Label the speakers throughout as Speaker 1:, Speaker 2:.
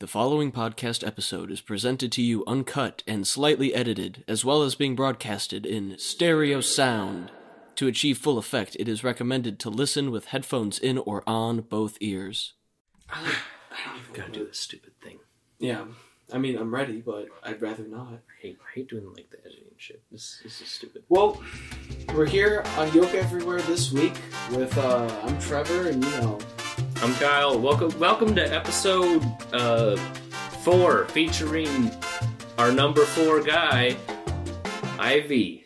Speaker 1: The following podcast episode is presented to you uncut and slightly edited, as well as being broadcasted in stereo sound. To achieve full effect, it is recommended to listen with headphones in or on both ears.
Speaker 2: gotta do this stupid thing.
Speaker 1: Yeah, I mean, I'm ready, but I'd rather not.
Speaker 2: I hate, I hate doing like the editing shit. This, this is stupid.
Speaker 1: Well, we're here on Yoke Everywhere this week with, uh, I'm Trevor, and you know,
Speaker 2: I'm Kyle. Welcome, welcome to episode uh, four, featuring our number four guy, Ivy,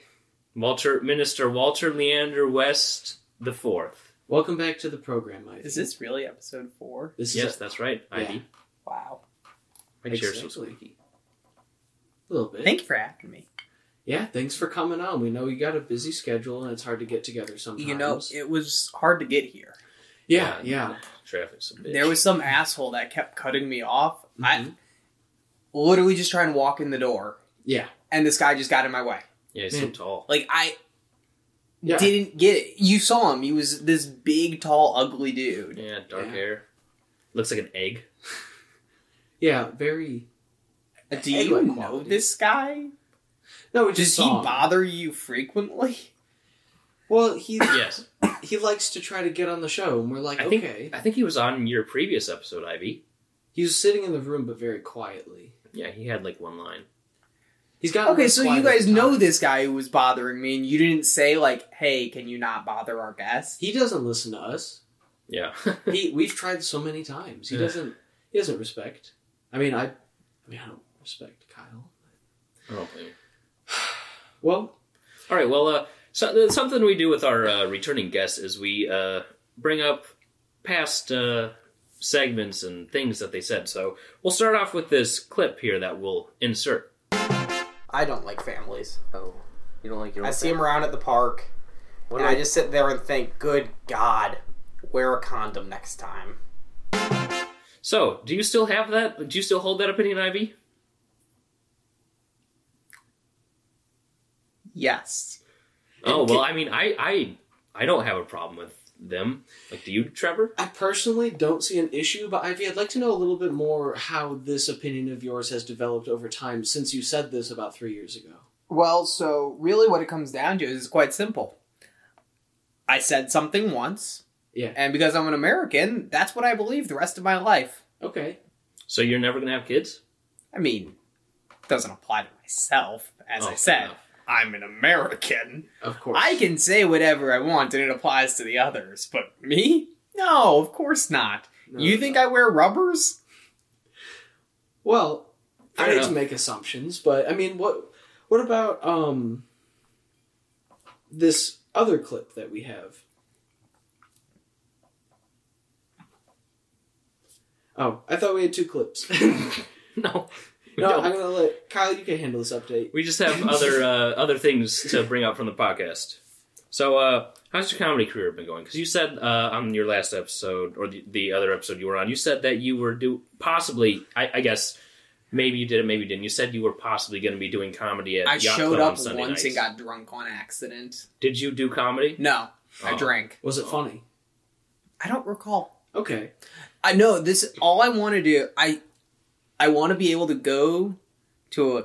Speaker 2: Walter Minister Walter Leander West the fourth.
Speaker 1: welcome back to the program, Ivy.
Speaker 3: Is this really episode four?
Speaker 1: This
Speaker 2: Yes,
Speaker 1: is
Speaker 2: that's right, Ivy.
Speaker 3: Wow.
Speaker 2: My chair's so
Speaker 1: Exactly.
Speaker 2: squeaky.
Speaker 1: a little bit.
Speaker 3: Thank you for having me.
Speaker 1: yeah, thanks for coming on. We know you got a busy schedule, and it's hard to get together sometimes.
Speaker 3: You know, it was hard to get here.
Speaker 1: yeah, yeah.
Speaker 2: Traffic's a bitch.
Speaker 3: There was some asshole that kept cutting me off.
Speaker 1: Mm-hmm.
Speaker 3: I literally just trying to walk in the door.
Speaker 1: Yeah.
Speaker 3: And this guy just got in my way.
Speaker 2: yeah, he's so
Speaker 1: Man.
Speaker 2: tall.
Speaker 3: Like I
Speaker 1: Yeah.
Speaker 3: didn't get it. You saw him. He was this big, tall, ugly dude.
Speaker 2: Yeah, dark
Speaker 1: Yeah.
Speaker 2: hair. Looks like an egg.
Speaker 1: Yeah, very.
Speaker 3: Do
Speaker 1: Hey,
Speaker 3: you
Speaker 1: what
Speaker 3: know
Speaker 1: quality?
Speaker 3: this guy?
Speaker 1: No, we
Speaker 3: Does
Speaker 1: just
Speaker 3: he
Speaker 1: saw him.
Speaker 3: bother you frequently?
Speaker 1: Well, he
Speaker 2: Yes,
Speaker 1: he likes to try to get on the show, and we're like,
Speaker 2: I think
Speaker 1: okay.
Speaker 2: I think he was on your previous episode, Ivy.
Speaker 1: He was sitting in the room, but very quietly.
Speaker 2: Yeah, he had like one line.
Speaker 1: He's got
Speaker 3: Okay,
Speaker 1: real
Speaker 3: so
Speaker 1: quiet
Speaker 3: you
Speaker 1: at
Speaker 3: guys
Speaker 1: the
Speaker 3: know
Speaker 1: time.
Speaker 3: this guy who was bothering me, and you didn't say like, "Hey, can you not bother our guest?"
Speaker 1: He doesn't listen to us.
Speaker 2: Yeah. Oh,
Speaker 1: He we've tried so many times. He
Speaker 2: Yeah.
Speaker 1: doesn't. He doesn't respect. I mean, I. I mean, I don't respect Kyle.
Speaker 2: I don't blame you.
Speaker 1: Well,
Speaker 2: All right. Well, uh, so, uh, something we do with our uh, returning guests is we uh, bring up past uh, segments and things that they said. So we'll start off with this clip here that we'll insert.
Speaker 3: I don't like families.
Speaker 4: Oh, you don't like your.
Speaker 3: I
Speaker 4: own
Speaker 3: see him
Speaker 4: family?
Speaker 3: around at the park,
Speaker 4: What
Speaker 3: and
Speaker 4: do
Speaker 3: I
Speaker 4: I-
Speaker 3: just sit there and think, "Good God, wear a condom next time."
Speaker 2: So, do you still have that? Do you still hold that opinion, Ivy?
Speaker 3: Yes.
Speaker 2: Oh well, I mean, I I I don't have a problem with them. Like, do you, Trevor?
Speaker 1: I personally don't see an issue, but Ivy, I'd like to know a little bit more how this opinion of yours has developed over time since you said this about three years ago.
Speaker 3: Well, so really, what it comes down to is quite simple. I said something once,
Speaker 1: Yeah.
Speaker 3: and because I'm an American, that's what I believe the rest of my life.
Speaker 1: Okay.
Speaker 2: So you're never gonna have kids?
Speaker 3: I mean, doesn't apply to myself, as
Speaker 2: Oh,
Speaker 3: I said.
Speaker 2: no.
Speaker 3: I'm an American.
Speaker 1: Of course.
Speaker 3: I can say whatever I want and it applies to the others, but me? No, of course not.
Speaker 1: No,
Speaker 3: you
Speaker 1: no,
Speaker 3: think
Speaker 1: no.
Speaker 3: I wear rubbers?
Speaker 1: Well,
Speaker 2: Fair
Speaker 1: I hate
Speaker 2: enough.
Speaker 1: to make assumptions, but I mean, what what about um this other clip that we have? Oh, I thought we had two clips. no,
Speaker 2: No. We don't.
Speaker 1: I'm gonna let Kyle. You can handle this update.
Speaker 2: We just have other uh, other things to bring up from the podcast. So, uh, how's your comedy career been going? Because you said uh, on your last episode or the, the other episode you were on, you said that you were do possibly, I, I guess, maybe you did it, maybe you didn't. You said you were possibly going to be doing comedy at.
Speaker 3: I
Speaker 2: Yacht
Speaker 3: showed
Speaker 2: Club on
Speaker 3: up once
Speaker 2: Sunday
Speaker 3: and
Speaker 2: nights.
Speaker 3: got drunk on accident.
Speaker 2: Did you do comedy?
Speaker 3: No, I
Speaker 2: Oh.
Speaker 3: drank.
Speaker 1: Was it funny?
Speaker 3: I don't recall.
Speaker 1: Okay.
Speaker 3: I know this. All I want to do, I, I want to be able to go to a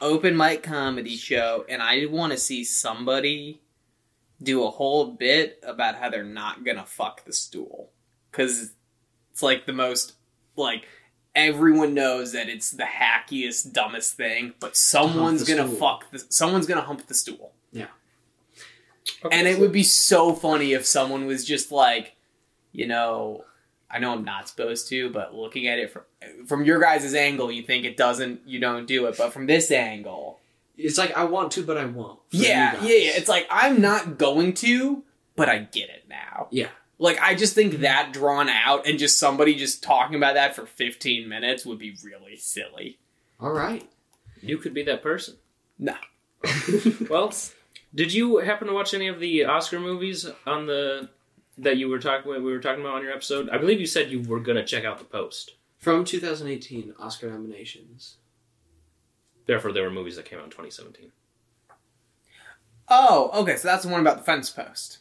Speaker 3: open mic comedy show, and I want to see somebody do a whole bit about how they're not gonna fuck the stool, because it's like the most like. Everyone knows that it's the hackiest, dumbest thing, but someone's
Speaker 1: the
Speaker 3: gonna
Speaker 1: stool.
Speaker 3: fuck the someone's gonna hump the stool.
Speaker 2: Okay,
Speaker 3: And it
Speaker 2: so-
Speaker 3: would be so funny if someone was just like, you know, I know I'm not supposed to, but looking at it from from your guys' angle, you think it doesn't, you don't do it, but from this angle,
Speaker 1: It's like I want to, but I won't. for you
Speaker 3: yeah, yeah,
Speaker 1: guys.
Speaker 3: yeah, it's like I'm not going to, but I get it now.
Speaker 1: Yeah.
Speaker 3: Like I just think that drawn out and just somebody just talking about that for 15 minutes would be really silly.
Speaker 1: all right.
Speaker 2: you could be that person.
Speaker 3: No.
Speaker 2: Well, did you happen to watch any of the Oscar movies on the that you were talking we were talking about on your episode? I believe you said you were going to check out the post.
Speaker 1: From 2018 Oscar nominations.
Speaker 2: Therefore, there were movies that came out in 2017.
Speaker 3: Oh, okay, so that's the one about the fence post.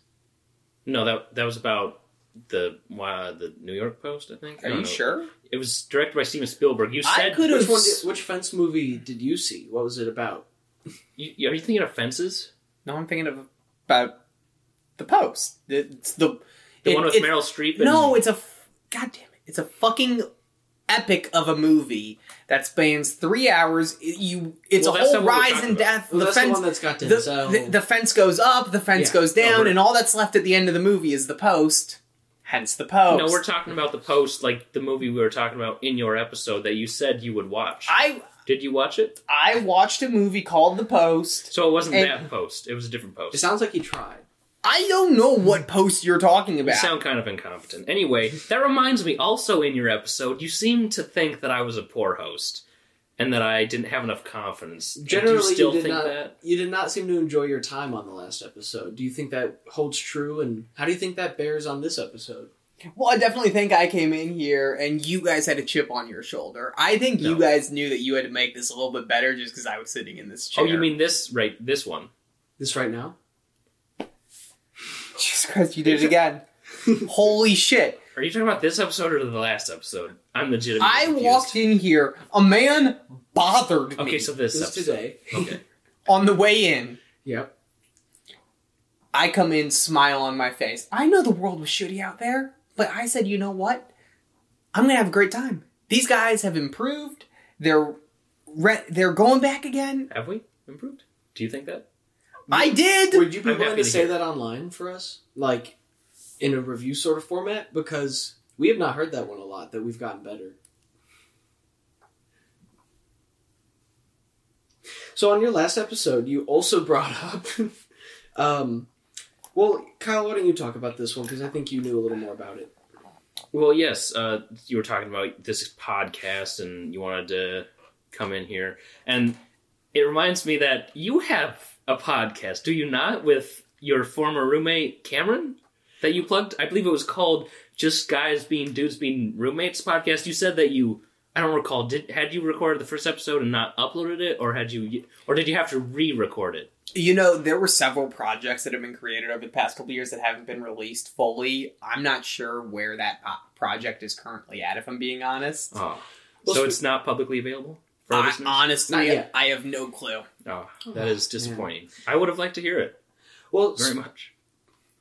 Speaker 2: No, that that was about the uh, the New York Post, I think. I
Speaker 3: Are
Speaker 2: don't
Speaker 3: you
Speaker 2: know.
Speaker 3: sure?
Speaker 2: It was directed by Steven Spielberg. You
Speaker 3: I
Speaker 2: said
Speaker 3: could have-
Speaker 2: which
Speaker 1: Which, one,
Speaker 3: s-
Speaker 1: which fence movie did you see? What was it about?
Speaker 2: You, you- are you thinking of Fences?
Speaker 3: No, I'm thinking of about the post. It's the
Speaker 2: The
Speaker 3: it-
Speaker 2: one with
Speaker 3: it-
Speaker 2: Meryl Streep? And,
Speaker 3: No, it's a f- god damn it! It's a fucking epic of a movie that spans three hours. It- you, it's
Speaker 2: Well,
Speaker 3: a
Speaker 2: that's
Speaker 3: whole
Speaker 2: not what we're
Speaker 3: rise
Speaker 2: talking
Speaker 3: and
Speaker 2: about.
Speaker 3: death.
Speaker 1: Well,
Speaker 3: the
Speaker 1: that's the
Speaker 3: fence,
Speaker 1: one that's got
Speaker 3: the,
Speaker 1: Denzel.
Speaker 3: the- the fence goes up, the fence
Speaker 1: Yeah,
Speaker 3: goes down,
Speaker 2: over.
Speaker 3: and all that's left at the end of the movie is the post. Hence the post.
Speaker 2: No, we're talking about the post, like the movie we were talking about in your episode that you said you would watch.
Speaker 3: I
Speaker 2: Did you watch it?
Speaker 3: I watched a movie called The Post.
Speaker 2: So it wasn't
Speaker 3: And-
Speaker 2: that post. It was a different post.
Speaker 1: it sounds like he tried.
Speaker 3: I don't know what post you're talking
Speaker 2: You
Speaker 3: about.
Speaker 2: sound kind of incompetent. Anyway, that reminds me. Also, in your episode, you seemed to think that I was a poor host and that I didn't have enough confidence.
Speaker 1: Generally,
Speaker 2: Did you still
Speaker 1: did
Speaker 2: think
Speaker 1: not.
Speaker 2: that?
Speaker 1: You did not seem to enjoy your time on the last episode. Do you think that holds true? And how do you think that bears on this episode?
Speaker 3: Well, I definitely think I came in here and you guys had a chip on your shoulder. I think you
Speaker 2: No.
Speaker 3: guys knew that you had to make this a little bit better just because I was sitting in this chair.
Speaker 2: Oh, you mean this right? This one.
Speaker 1: This right now?
Speaker 3: Jesus Christ, you did it again. Holy shit.
Speaker 2: Are you talking about this episode or the last episode? I'm legitimately.
Speaker 3: I
Speaker 2: confused.
Speaker 3: walked in here, a man bothered me
Speaker 2: Okay, so this,
Speaker 1: This is
Speaker 2: episode.
Speaker 1: today.
Speaker 2: Okay.
Speaker 3: on the way in.
Speaker 1: Yep.
Speaker 3: I come in, smile on my face. I know the world was shitty out there, but I said, you know what? I'm gonna have a great time. These guys have improved. They're re- they're going back again.
Speaker 2: Have we improved? Do you think that?
Speaker 3: I did.
Speaker 1: Would you be
Speaker 2: I'm
Speaker 1: willing
Speaker 2: happy
Speaker 1: to
Speaker 2: to
Speaker 1: say
Speaker 2: hear.
Speaker 1: that online for us, like in a review sort of format? Because we have not heard that one a lot. That we've gotten better. So on your last episode, you also brought up. um, well, Kyle, why don't you talk about this one? Because I think you knew a little more about it.
Speaker 2: Well, yes. Uh, you were talking about this podcast, and you wanted to come in here, and it reminds me that you have a podcast, do you not, with your former roommate Cameron that you plugged? I believe it was called "Just Guys Being Dudes Being Roommates" podcast. You said that you. I don't recall. Did had you recorded the first episode and not uploaded it, or had you, or did you have to re-record it?
Speaker 3: You know, there were several projects that have been created over the past couple years that haven't been released fully. I'm not sure where that po- project is currently at, if I'm being honest.
Speaker 2: Oh,
Speaker 1: Well,
Speaker 2: so
Speaker 1: sp-
Speaker 2: it's not publicly available. For our
Speaker 3: I,
Speaker 2: listeners?
Speaker 1: Not
Speaker 3: honestly,
Speaker 1: yet.
Speaker 3: I have no clue.
Speaker 2: Oh, that is disappointing. I would have liked to hear it
Speaker 1: Well,
Speaker 2: very much.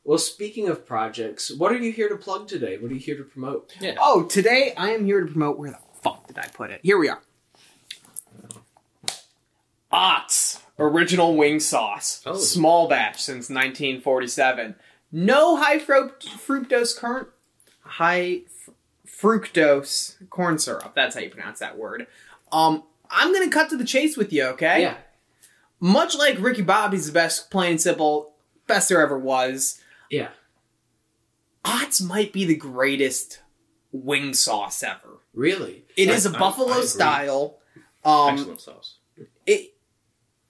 Speaker 1: Well, speaking of projects, what are you here to plug today? What are you here to promote?
Speaker 2: Yeah.
Speaker 3: Oh, today I am here to promote. Where the fuck did I put it? Here we are. Ott's original wing sauce,
Speaker 2: Oh.
Speaker 3: small batch since 1947. No high fru- fructose current, high fr- fructose corn syrup. That's how you pronounce that word. Um, I'm gonna cut to the chase with you, okay?
Speaker 1: yeah.
Speaker 3: Much like Ricky Bobby's the best, plain and simple, best there ever was.
Speaker 1: Yeah.
Speaker 3: Ott's might be the greatest wing sauce ever.
Speaker 1: Really?
Speaker 3: It
Speaker 2: I-
Speaker 3: is a
Speaker 2: I- I
Speaker 3: buffalo
Speaker 2: agree.
Speaker 3: style. Um,
Speaker 2: Excellent sauce.
Speaker 3: it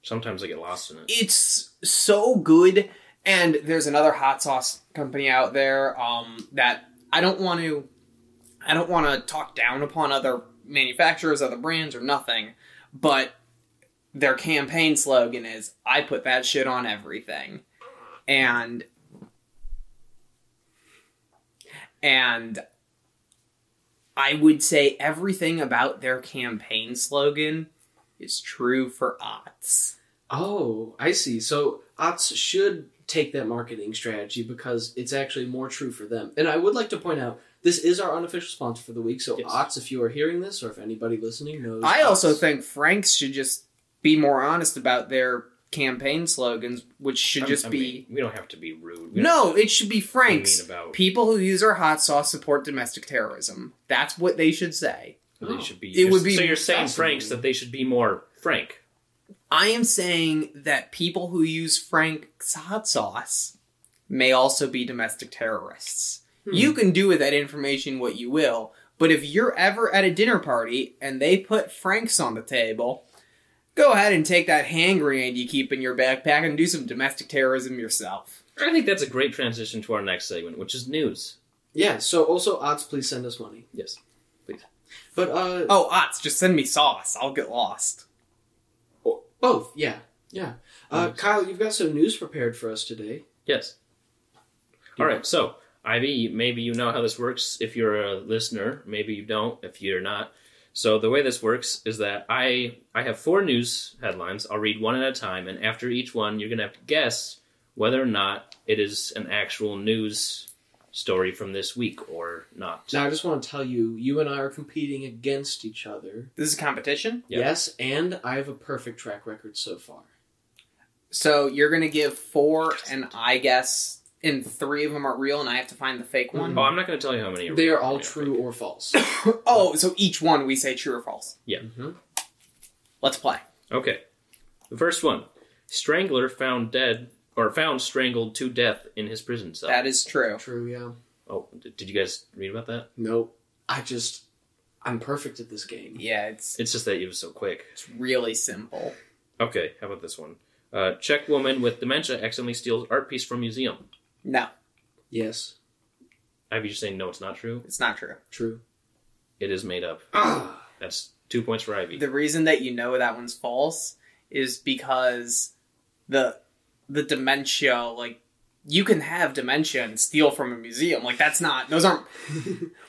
Speaker 2: Sometimes I get lost in it.
Speaker 3: it's so good, and there's another hot sauce company out there um, that I don't want to, I don't want to talk down upon other manufacturers, other brands, or nothing, but their campaign slogan is "I put that shit on everything," and and I would say everything about their campaign slogan is true for Ots.
Speaker 1: Oh, I see. So Ots should take that marketing strategy because it's actually more true for them. And I would like to point out this is our unofficial sponsor for the week. So
Speaker 2: Yes.
Speaker 1: Ots, if you are hearing this, or if anybody listening knows,
Speaker 3: I also
Speaker 1: Ots-
Speaker 3: think Franks should just be more honest about their campaign slogans, which should
Speaker 2: I'm-
Speaker 3: just
Speaker 2: I
Speaker 3: be.
Speaker 2: mean, we don't have to be rude. We don't
Speaker 3: no, it should be
Speaker 2: have to be
Speaker 3: Franks.
Speaker 2: mean about.
Speaker 3: People who use our hot sauce support domestic terrorism. That's what they should say.
Speaker 2: They should be.
Speaker 3: It
Speaker 2: you're-
Speaker 3: would be
Speaker 2: So you're saying
Speaker 1: fascinating.
Speaker 2: Franks that they should be more frank.
Speaker 3: I am saying that people who use Frank's hot sauce may also be domestic terrorists.
Speaker 1: Hmm.
Speaker 3: You can do with that information what you will, but if you're ever at a dinner party and they put Frank's on the table, go ahead and take that hand grenade you keep in your backpack and do some domestic terrorism yourself.
Speaker 2: I think that's a great transition to our next segment, which is news.
Speaker 1: yeah. So also Ots, please send us money.
Speaker 2: Yes.
Speaker 1: But uh,
Speaker 3: Oh, Ots, just send me sauce. I'll get lost.
Speaker 1: both, yeah, yeah. Uh,
Speaker 2: Nice.
Speaker 1: Kyle, you've got some news prepared for us today.
Speaker 2: Yes. All right. So Ivy, you- maybe you know how this works if you're a listener. Maybe you don't if you're not. So the way this works is that I I have four news headlines. I'll read one at a time, and after each one, you're gonna have to guess whether or not it is an actual news story from this week or not.
Speaker 1: Now I just want to tell you, you and I are competing against each other.
Speaker 3: This is competition.
Speaker 2: Yeah.
Speaker 1: Yes, and I have a perfect track record so far.
Speaker 3: So you're gonna give four, and I guess and three of them are real, and I have to find the fake one.
Speaker 2: Oh, I'm not gonna tell you how many.
Speaker 1: They are all
Speaker 2: yeah.
Speaker 1: true or false.
Speaker 3: oh, so each one we say true or false.
Speaker 1: mm-hmm.
Speaker 3: Let's play.
Speaker 2: Okay. The first one: Strangler found dead or found strangled to death in his prison cell.
Speaker 3: That is true.
Speaker 1: True, yeah.
Speaker 2: oh, d- did you guys read about that?
Speaker 1: Nope. I just, I'm perfect at this game.
Speaker 3: Yeah, it's
Speaker 2: It's just that it was so quick.
Speaker 3: it's really simple.
Speaker 2: Okay, how about this one? Uh, Czech woman with dementia accidentally steals art piece from museum.
Speaker 3: No,
Speaker 1: Yes,
Speaker 2: Ivy, you're saying no, it's not true.
Speaker 3: it's not true.
Speaker 1: true.
Speaker 2: It is made up.
Speaker 1: Ah,
Speaker 2: That's two points for Ivy.
Speaker 3: The reason that you know that one's false is because the the dementia like you can have dementia and steal from a museum. Like that's not those aren't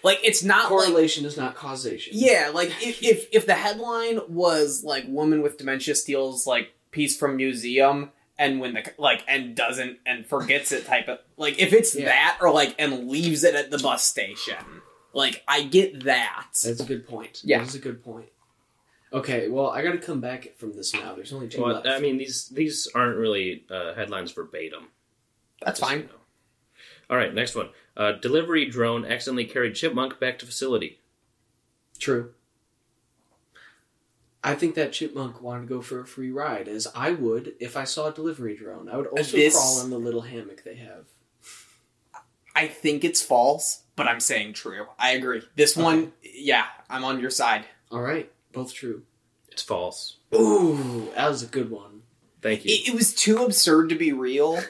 Speaker 3: like it's not like
Speaker 1: correlation is not causation.
Speaker 3: Yeah, like if, if if the headline was like woman with dementia steals like piece from museum and when the like and doesn't and forgets it type of like if it's
Speaker 1: Yeah.
Speaker 3: that or like and leaves it at the bus station. Like I get that.
Speaker 1: That's a good point.
Speaker 3: Yeah.
Speaker 1: That's a good point. Okay, well, I gotta come back from this now. There's only two
Speaker 2: Well,
Speaker 1: left.
Speaker 2: I mean, these these aren't really uh, headlines verbatim. just
Speaker 3: That's
Speaker 2: so
Speaker 3: fine.
Speaker 2: you know. All right, next one. Uh, delivery drone accidentally carried chipmunk back to facility.
Speaker 1: True. I think that chipmunk wanted to go for a free ride, as I would if I saw a delivery drone. I would also
Speaker 3: This-
Speaker 1: crawl in the little hammock they have.
Speaker 3: I think it's false, but I'm saying true. I agree. This one yeah, I'm on your side.
Speaker 1: All right, both true.
Speaker 2: It's false.
Speaker 1: Ooh, that was a good one.
Speaker 2: Thank you.
Speaker 3: It, it was too absurd to be real,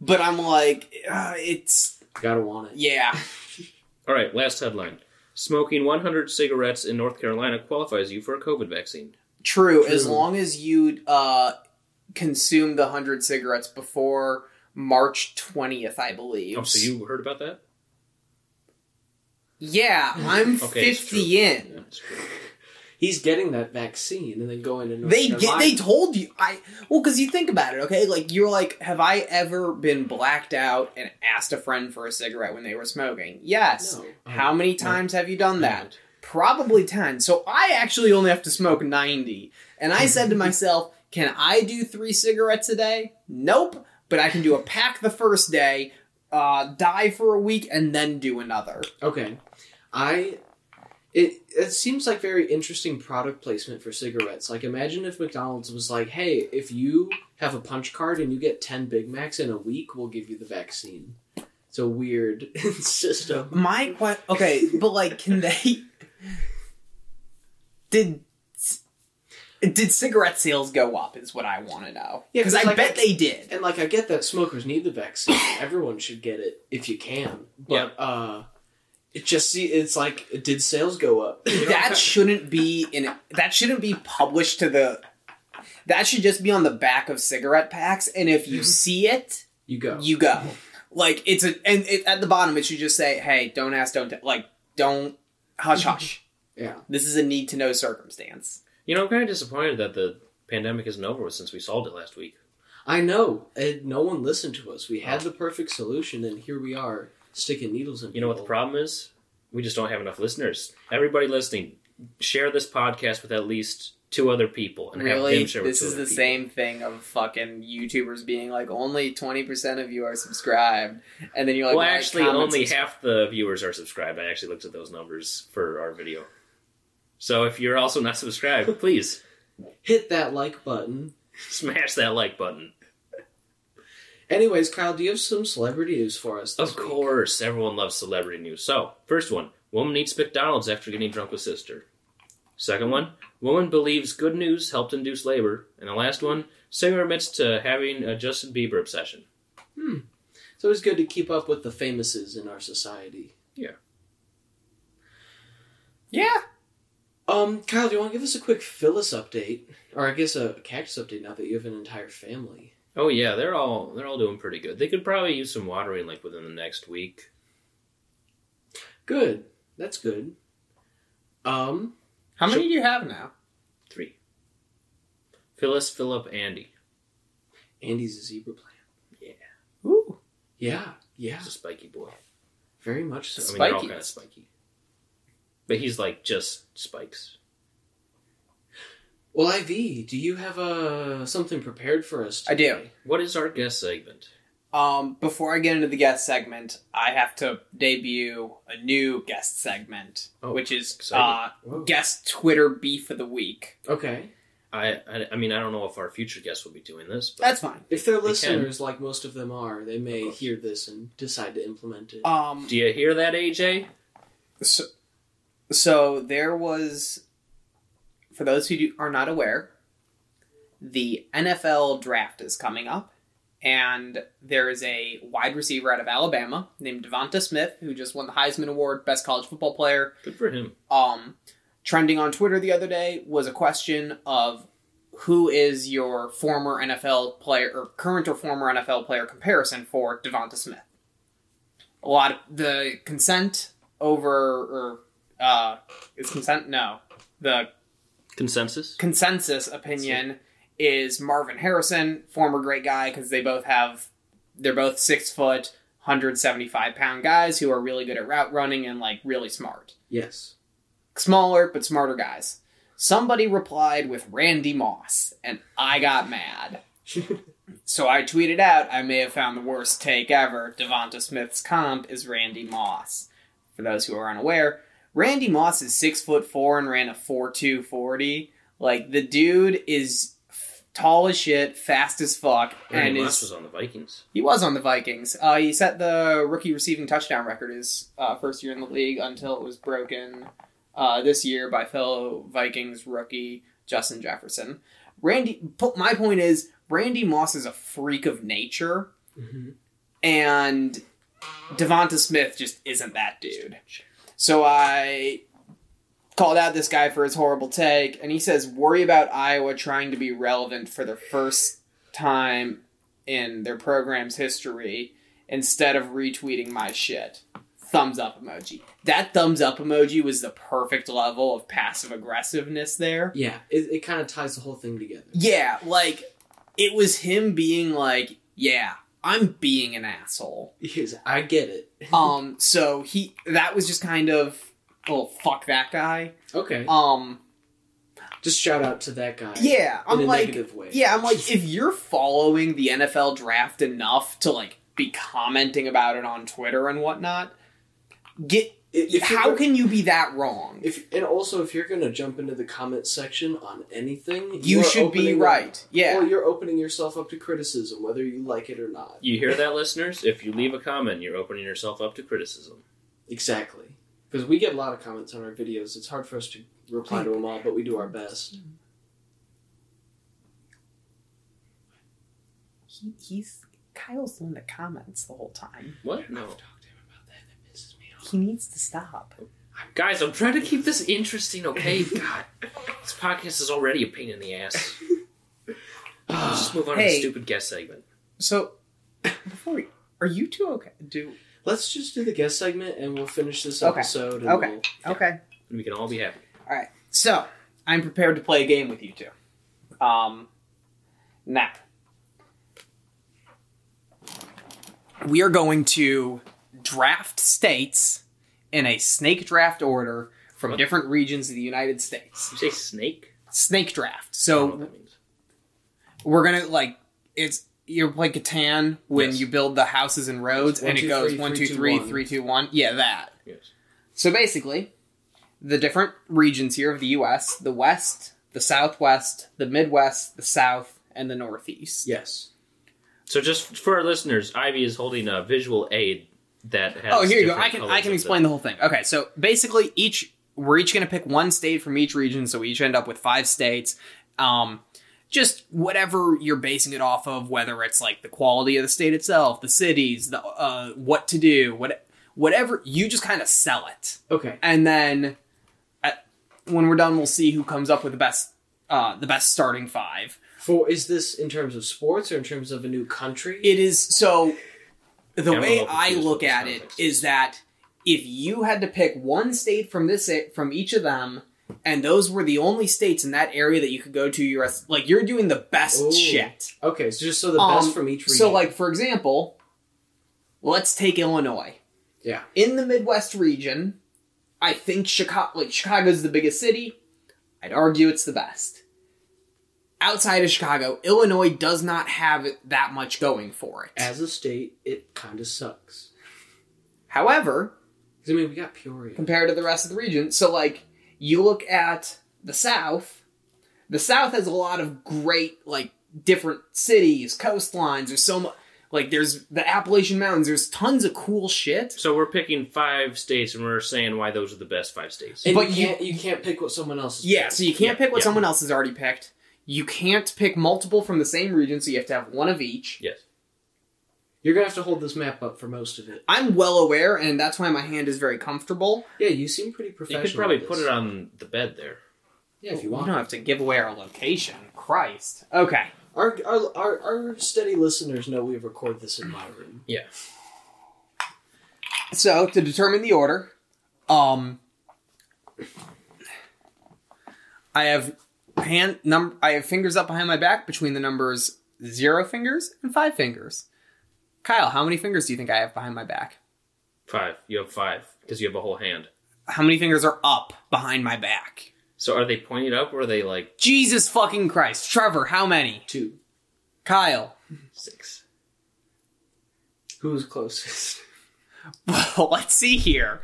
Speaker 3: but I'm like uh, it's
Speaker 1: Gotta want it.
Speaker 3: yeah.
Speaker 2: All right, last headline. Smoking 100 cigarettes in North Carolina qualifies you for a COVID vaccine.
Speaker 3: True, as
Speaker 1: True.
Speaker 3: long as you uh, consume the hundred cigarettes before March twentieth, I believe.
Speaker 2: Oh, so you heard about that?
Speaker 3: Yeah, I'm
Speaker 2: Okay, it's
Speaker 3: fifty
Speaker 2: Yeah,
Speaker 3: in.
Speaker 2: that's true.
Speaker 1: He's getting that vaccine and then going to North
Speaker 3: They get,
Speaker 1: Carolina.
Speaker 3: they told you I well because you think about it okay like you're like have I ever been blacked out and asked a friend for a cigarette when they were smoking yes
Speaker 1: No.
Speaker 3: how many
Speaker 1: no.
Speaker 3: times have you done that probably 10 so i actually only have to smoke 90 and i said to myself can i do three cigarettes a day nope but i can do a pack the first day uh, die for a week and then do another
Speaker 1: Okay, I. It, it seems like very interesting product placement for cigarettes. Like, imagine if McDonald's was like, "Hey, if you have a punch card and you get ten Big Macs in a week, we'll give you the vaccine." It's a weird system.
Speaker 3: my question okay but like can they did did cigarette sales go up is what i want to know
Speaker 1: Yeah,
Speaker 3: because
Speaker 1: 'cause,
Speaker 3: i
Speaker 1: like,
Speaker 3: bet they did
Speaker 1: And like, I get that smokers need the vaccine. Everyone should get it if you can. But uh, it just see, it's like, did sales go up?
Speaker 3: that shouldn't be in that shouldn't be published to the that should just be on the back of cigarette packs and if you see it
Speaker 1: you go.
Speaker 3: you go like it's a and it, at the bottom it should just say hey don't ask don't tell like don't hush hush
Speaker 1: Yeah.
Speaker 3: this is a need to know circumstance
Speaker 2: You know, I'm kind of disappointed that the pandemic isn't over with since we solved it last week.
Speaker 1: I know. And no one listened to us. We had the perfect solution, and here we are sticking needles in.
Speaker 2: You know what the
Speaker 1: people.
Speaker 2: problem is? We just don't have enough listeners. Everybody listening, share this podcast with at least two other people and have
Speaker 3: really
Speaker 2: them share with
Speaker 3: this
Speaker 2: two
Speaker 3: is the
Speaker 2: other people.
Speaker 3: same thing of fucking youtubers being like only 20% of you are subscribed and then you're like
Speaker 2: Well,
Speaker 3: "My
Speaker 2: actually,
Speaker 3: comments
Speaker 2: only
Speaker 3: subscri-"
Speaker 2: half the viewers are subscribed. I actually looked at those numbers for our video. So if you're also not subscribed, please
Speaker 1: Hit that like button.
Speaker 2: smash that like button.
Speaker 1: Anyways, Kyle, do you have some celebrity news for us? This
Speaker 2: Of
Speaker 1: week?
Speaker 2: course, everyone loves celebrity news. So, first one woman eats McDonald's after getting drunk with sister. Second one woman believes good news helped induce labor. And the last one singer admits to having a Justin Bieber obsession.
Speaker 1: It's always good to keep up with the famouses in our society.
Speaker 3: yeah
Speaker 1: Um, Kyle, do you want to give us a quick Phyllis update, or I guess a cactus update? Now that you have an entire family.
Speaker 2: Oh yeah, they're all they're all doing pretty good. They could probably use some watering like within the next week.
Speaker 5: Good. That's good. Um,
Speaker 3: How many do you have now?
Speaker 2: Three. Phyllis, Philip, Andy.
Speaker 5: Andy's a zebra plant.
Speaker 3: Ooh.
Speaker 5: Yeah, yeah,
Speaker 2: He's a spiky boy.
Speaker 5: very much so.
Speaker 2: I mean, they're all
Speaker 3: Spiky.
Speaker 2: kind of spiky. But he's like just spikes.
Speaker 5: Well, IV, do you have uh, something prepared for us?
Speaker 3: I do.
Speaker 5: today?
Speaker 2: What is our guest segment?
Speaker 3: Um, before I get into the guest segment, I have to debut a new guest segment,
Speaker 2: Oh,
Speaker 3: which is uh,
Speaker 2: exciting.
Speaker 5: Whoa.
Speaker 3: guest Twitter beef of the week.
Speaker 5: Okay.
Speaker 2: I, I I mean I don't know if our future guests will be doing this, but
Speaker 3: That's fine.
Speaker 5: If they're
Speaker 2: can.
Speaker 5: listeners, like most of them are, they may
Speaker 2: Of course.
Speaker 5: hear this and decide to implement it.
Speaker 3: Um,
Speaker 2: do you hear that, AJ?
Speaker 3: so, so there was, for those who do, are not aware, the NFL draft is coming up, and there is a wide receiver out of Alabama named Devonta Smith who just won the Heisman Award, best college football player.
Speaker 2: Good for him.
Speaker 3: um, trending on Twitter the other day was a question of who is your former NFL player or current or former NFL player comparison for Devonta Smith. A lot of the consent over or uh, is consent no the
Speaker 2: Consensus?
Speaker 3: consensus opinion is Marvin Harrison, former great guy, because they both have they're both six foot, hundred seventy five pound guys who are really good at route running and like really smart
Speaker 5: yes.
Speaker 3: smaller but smarter guys. Somebody replied with Randy Moss, and I got mad. So I tweeted out, I may have found the worst take ever. Devonta Smith's comp is Randy Moss. For those who are unaware, Randy Moss is six foot four and ran a four two forty. Like the dude is f- tall as shit, fast as fuck,
Speaker 2: Randy
Speaker 3: and
Speaker 2: Moss
Speaker 3: is
Speaker 2: was on the Vikings.
Speaker 3: he was on the Vikings. Uh, he set the rookie receiving touchdown record his uh, first year in the league until it was broken uh, this year by fellow Vikings rookie Justin Jefferson. Randy, po- my point is, Randy Moss is a freak of nature, and Devonta Smith just isn't that dude. So I called out this guy for his horrible take, and he says, "Worry about Iowa trying to be relevant for the first time in their program's history instead of retweeting my shit. Thumbs up emoji. That thumbs up emoji was the perfect level of passive aggressiveness there.
Speaker 5: Yeah, it, it kind of ties the whole thing together.
Speaker 3: Yeah, like it was him being like, yeah, I'm being an asshole.
Speaker 5: Yes, I get it.
Speaker 3: Um so he that was just kind of oh fuck that guy.
Speaker 5: Okay.
Speaker 3: Um
Speaker 5: Just shout out to that guy.
Speaker 3: yeah,
Speaker 5: In
Speaker 3: I'm
Speaker 5: a
Speaker 3: like
Speaker 5: negative way.
Speaker 3: Yeah, I'm like, if you're following the NFL draft enough to like be commenting about it on Twitter and whatnot, get
Speaker 5: If- if
Speaker 3: how
Speaker 5: you're-
Speaker 3: can you be that wrong?
Speaker 5: If and also if you're gonna jump into the comment section on anything,
Speaker 3: You
Speaker 5: are
Speaker 3: should be
Speaker 5: opening up-
Speaker 3: right. yeah.
Speaker 5: Well, you're opening yourself up to criticism, whether you like it or not.
Speaker 2: You hear that, listeners? If you leave a comment, you're opening yourself up to criticism.
Speaker 5: Exactly. Because we get a lot of comments on our videos. It's hard for us to reply to them all, but we do our best.
Speaker 3: He, he's Kyle's the one that comments the whole time.
Speaker 2: What? No.
Speaker 5: to him about that. That pisses me off.
Speaker 3: He needs to stop.
Speaker 2: Guys, I'm trying to keep this interesting, okay? God. This podcast is already a pain in the ass. Let's just move on to
Speaker 3: Hey.
Speaker 2: the stupid guest segment.
Speaker 3: So, before we, are you two okay? Do
Speaker 5: Let's just do the guest segment and we'll finish this
Speaker 3: Okay.
Speaker 5: episode. And
Speaker 3: Okay.
Speaker 5: We'll,
Speaker 3: okay.
Speaker 2: And we can all be happy.
Speaker 3: All right. So I'm prepared to play a game with you two. Um, now we are going to draft states in a snake draft order from different regions of the United States.
Speaker 2: You say snake?
Speaker 3: Snake draft.
Speaker 2: I don't know
Speaker 3: So
Speaker 2: what that means.
Speaker 3: we're gonna like it's you play Catan when
Speaker 2: Yes.
Speaker 3: you build the houses and roads,
Speaker 5: One,
Speaker 3: and
Speaker 5: two,
Speaker 3: it goes
Speaker 5: three,
Speaker 3: one,
Speaker 5: three, two,
Speaker 3: two, three,
Speaker 5: one.
Speaker 3: three, two, one. Yeah, that.
Speaker 2: Yes.
Speaker 3: So basically, the different regions here of the U.S. the West, the Southwest, the Midwest, the South, and the Northeast.
Speaker 5: Yes.
Speaker 2: So just for our listeners, Ivy is holding a visual aid that has.
Speaker 3: Oh, here you go.
Speaker 2: different
Speaker 3: I can
Speaker 2: colors
Speaker 3: I can
Speaker 2: of
Speaker 3: explain the whole thing. Okay, so basically, each we're each going to pick one state from each region, so we each end up with five states. Um, just whatever you're basing it off of, whether it's like the quality of the state itself, the cities, the uh, what to do, what whatever you just kind of sell it.
Speaker 5: Okay.
Speaker 3: and then at, when we're done, we'll see who comes up with the best uh, the best starting five.
Speaker 5: For is this in terms of sports or in terms of a new country?
Speaker 3: It is so. The
Speaker 2: I'm a
Speaker 3: way
Speaker 2: little
Speaker 3: I
Speaker 2: confused
Speaker 3: look
Speaker 2: with this
Speaker 3: at it
Speaker 2: context.
Speaker 3: is that if you had to pick one state from this from each of them, and those were the only states in that area that you could go to, you're like you're doing the best
Speaker 1: Ooh.
Speaker 3: shit.
Speaker 1: Okay, so just so the
Speaker 3: Um,
Speaker 1: best from each region.
Speaker 3: So, like for example, let's take Illinois.
Speaker 1: Yeah.
Speaker 3: in the Midwest region, I think Chicago, like Chicago's the biggest city. I'd argue it's the best. Outside of Chicago, Illinois does not have that much going for it.
Speaker 1: as a state, it kind of sucks.
Speaker 3: However,
Speaker 1: 'Cause, I mean, we got Peoria.
Speaker 3: compared to the rest of the region. So like you look at the South, the South has a lot of great like different cities, coastlines. There's so much like there's the Appalachian Mountains. There's tons of cool shit.
Speaker 2: So we're picking five states, and we're saying why those are the best five states.
Speaker 1: And
Speaker 3: But
Speaker 1: you
Speaker 3: you-
Speaker 1: can't you can't pick what someone else. Is
Speaker 3: Yeah, so you can't
Speaker 2: Yeah,
Speaker 3: pick what
Speaker 2: yeah.
Speaker 3: someone else has already picked. You can't pick multiple from the same region, so you have to have one of each.
Speaker 2: yes.
Speaker 1: You're gonna have to hold this map up for most of it.
Speaker 3: I'm well aware, and that's why my hand is very comfortable.
Speaker 1: Yeah, you seem pretty
Speaker 2: You
Speaker 1: professional.
Speaker 2: could probably
Speaker 1: with
Speaker 2: put
Speaker 1: this.
Speaker 2: it on the bed there.
Speaker 1: Yeah, if you
Speaker 3: We
Speaker 1: want.
Speaker 3: don't have to give away our location. Christ. Okay.
Speaker 1: Our, our our our steady listeners know we record this in my room.
Speaker 2: Yeah.
Speaker 3: So to determine the order, um, I have hand num I have fingers up behind my back between the numbers zero fingers and five fingers. Kyle, how many fingers do you think I have behind my back?
Speaker 2: Five. You have five because you have a whole hand.
Speaker 3: How many fingers are up behind my back?
Speaker 2: So are they pointed up or are they like
Speaker 3: Jesus fucking Christ, Trevor, how many?
Speaker 1: Two.
Speaker 3: Kyle,
Speaker 2: six?
Speaker 1: Who's closest?
Speaker 3: well, let's see here.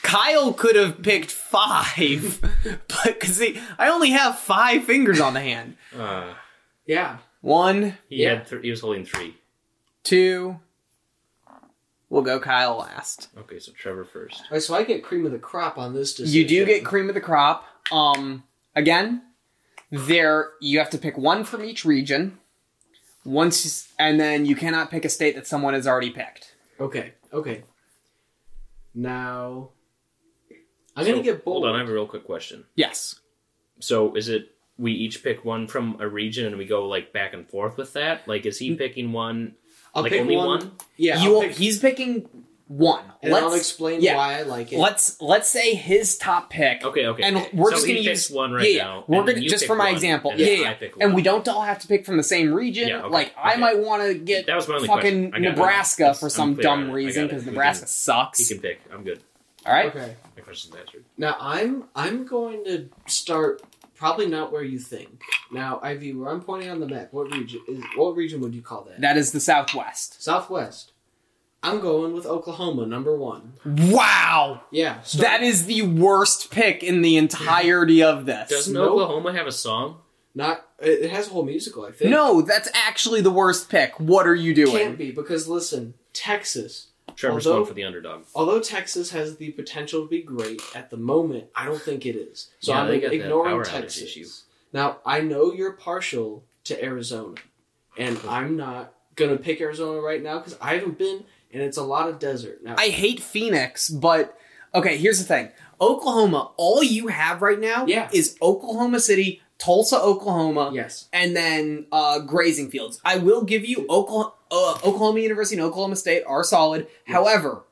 Speaker 3: Kyle could have picked five, but because I only have five fingers on the hand.
Speaker 2: Uh,
Speaker 1: yeah.
Speaker 3: One,
Speaker 2: he
Speaker 1: Yeah.
Speaker 2: had. Th- he was holding three.
Speaker 3: two. We'll go Kyle last.
Speaker 2: Okay, so Trevor first.
Speaker 1: All right, so I get cream of the crop on this decision.
Speaker 3: You do get cream of the crop. Um, again, there you have to pick one from each region. Once, you s- and then you cannot pick a state that someone has already picked.
Speaker 1: Okay. Okay. Now, I'm
Speaker 2: So,
Speaker 1: gonna get bold.
Speaker 2: Hold on, I have a real quick question.
Speaker 3: Yes.
Speaker 2: So is it we each pick one from a region and we go like back and forth with that? Like, is
Speaker 3: Mm.
Speaker 2: he picking one?
Speaker 1: I'll
Speaker 2: like
Speaker 1: pick
Speaker 2: only
Speaker 1: one.
Speaker 2: one?
Speaker 1: Yeah.
Speaker 3: you.
Speaker 1: I'll
Speaker 3: will
Speaker 1: pick,
Speaker 3: he's picking one.
Speaker 1: and
Speaker 3: let's
Speaker 1: I'll explain
Speaker 3: yeah.
Speaker 1: why I like it.
Speaker 3: let's let's say his top pick.
Speaker 2: Okay, okay.
Speaker 3: And we're
Speaker 2: So
Speaker 3: just
Speaker 2: he
Speaker 3: gonna
Speaker 2: picks
Speaker 3: use
Speaker 2: one right
Speaker 3: yeah,
Speaker 2: now.
Speaker 3: We're
Speaker 2: and then
Speaker 3: gonna
Speaker 2: you
Speaker 3: just
Speaker 2: pick
Speaker 3: for my
Speaker 2: one,
Speaker 3: example.
Speaker 2: and
Speaker 3: Yeah,
Speaker 2: then
Speaker 3: yeah.
Speaker 2: I pick
Speaker 3: and
Speaker 2: one.
Speaker 3: we don't all have to pick from the same region.
Speaker 2: Yeah, okay,
Speaker 3: like I
Speaker 2: okay.
Speaker 3: might want to get
Speaker 2: That was my only
Speaker 3: fucking
Speaker 2: question. I got it.
Speaker 3: Nebraska
Speaker 2: It's-
Speaker 3: for
Speaker 2: I'm
Speaker 3: some
Speaker 2: clear on it.
Speaker 3: dumb
Speaker 2: I
Speaker 3: reason
Speaker 2: got it.
Speaker 3: because
Speaker 2: We
Speaker 3: Nebraska
Speaker 2: can- He
Speaker 3: sucks.
Speaker 2: can pick. I'm good.
Speaker 3: all right.
Speaker 1: Okay.
Speaker 2: My question's answered.
Speaker 1: Now I'm I'm going to start probably not where you think. Now Ivy, where I'm pointing on the map, what region is what region would you call that?
Speaker 3: That is the Southwest.
Speaker 1: Southwest. I'm going with Oklahoma, number one.
Speaker 3: Wow,
Speaker 1: Yeah. start-
Speaker 3: that is the worst pick in the entirety of this.
Speaker 2: Doesn't
Speaker 1: Nope.
Speaker 2: Oklahoma have a song?
Speaker 1: not. It it has a whole musical, I think.
Speaker 3: no, that's actually the worst pick. What are you doing?
Speaker 1: can't be because listen, Texas.
Speaker 2: Trevor's
Speaker 1: Although-
Speaker 2: going for the underdog.
Speaker 1: Although Texas has the potential to be great at the moment, I don't think it is. So
Speaker 2: Yeah,
Speaker 1: I'm
Speaker 2: they got that
Speaker 1: ignoring
Speaker 2: power outage
Speaker 1: Texas.
Speaker 2: issue.
Speaker 1: Now I know you're partial to Arizona, and I'm not gonna pick Arizona right now because I haven't been, and it's a lot of desert. Now
Speaker 3: I hate Phoenix, but okay, here's the thing. Oklahoma, all you have right now
Speaker 1: Yeah.
Speaker 3: is Oklahoma City, Tulsa, Oklahoma,
Speaker 1: yes,
Speaker 3: and then uh, grazing fields. I will give you Oklahoma, uh, Oklahoma University and Oklahoma State are solid. However,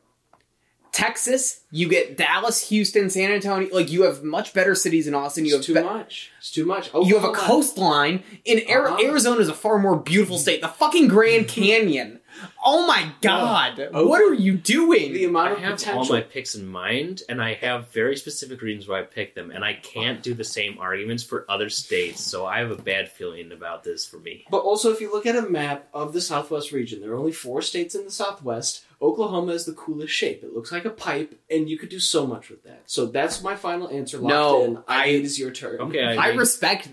Speaker 3: Texas, you get Dallas, Houston, San Antonio. Like you have much better cities in Austin. You have
Speaker 1: it's too
Speaker 3: be-
Speaker 1: much. It's too much.
Speaker 3: You have a
Speaker 1: Oklahoma-
Speaker 3: coastline in Ari-
Speaker 1: Uh-huh.
Speaker 3: Arizona is a far more beautiful state. The fucking Grand Canyon. Oh my God! What are you doing?
Speaker 1: Oh. The amount
Speaker 2: I
Speaker 1: of
Speaker 2: have all
Speaker 1: potential.
Speaker 2: my picks in mind, and I have very specific reasons why I picked them, and I can't do the same arguments for other states, so I have a bad feeling about this for me.
Speaker 1: But also, if you look at a map of the Southwest region, there are only four states in the Southwest. Oklahoma is the coolest shape. It looks like a pipe, and you could do so much with that. So that's my final answer. Locked
Speaker 3: No,
Speaker 1: in.
Speaker 3: I-
Speaker 1: I, it is your turn.
Speaker 2: Okay, I,
Speaker 3: I
Speaker 2: agree.
Speaker 3: respect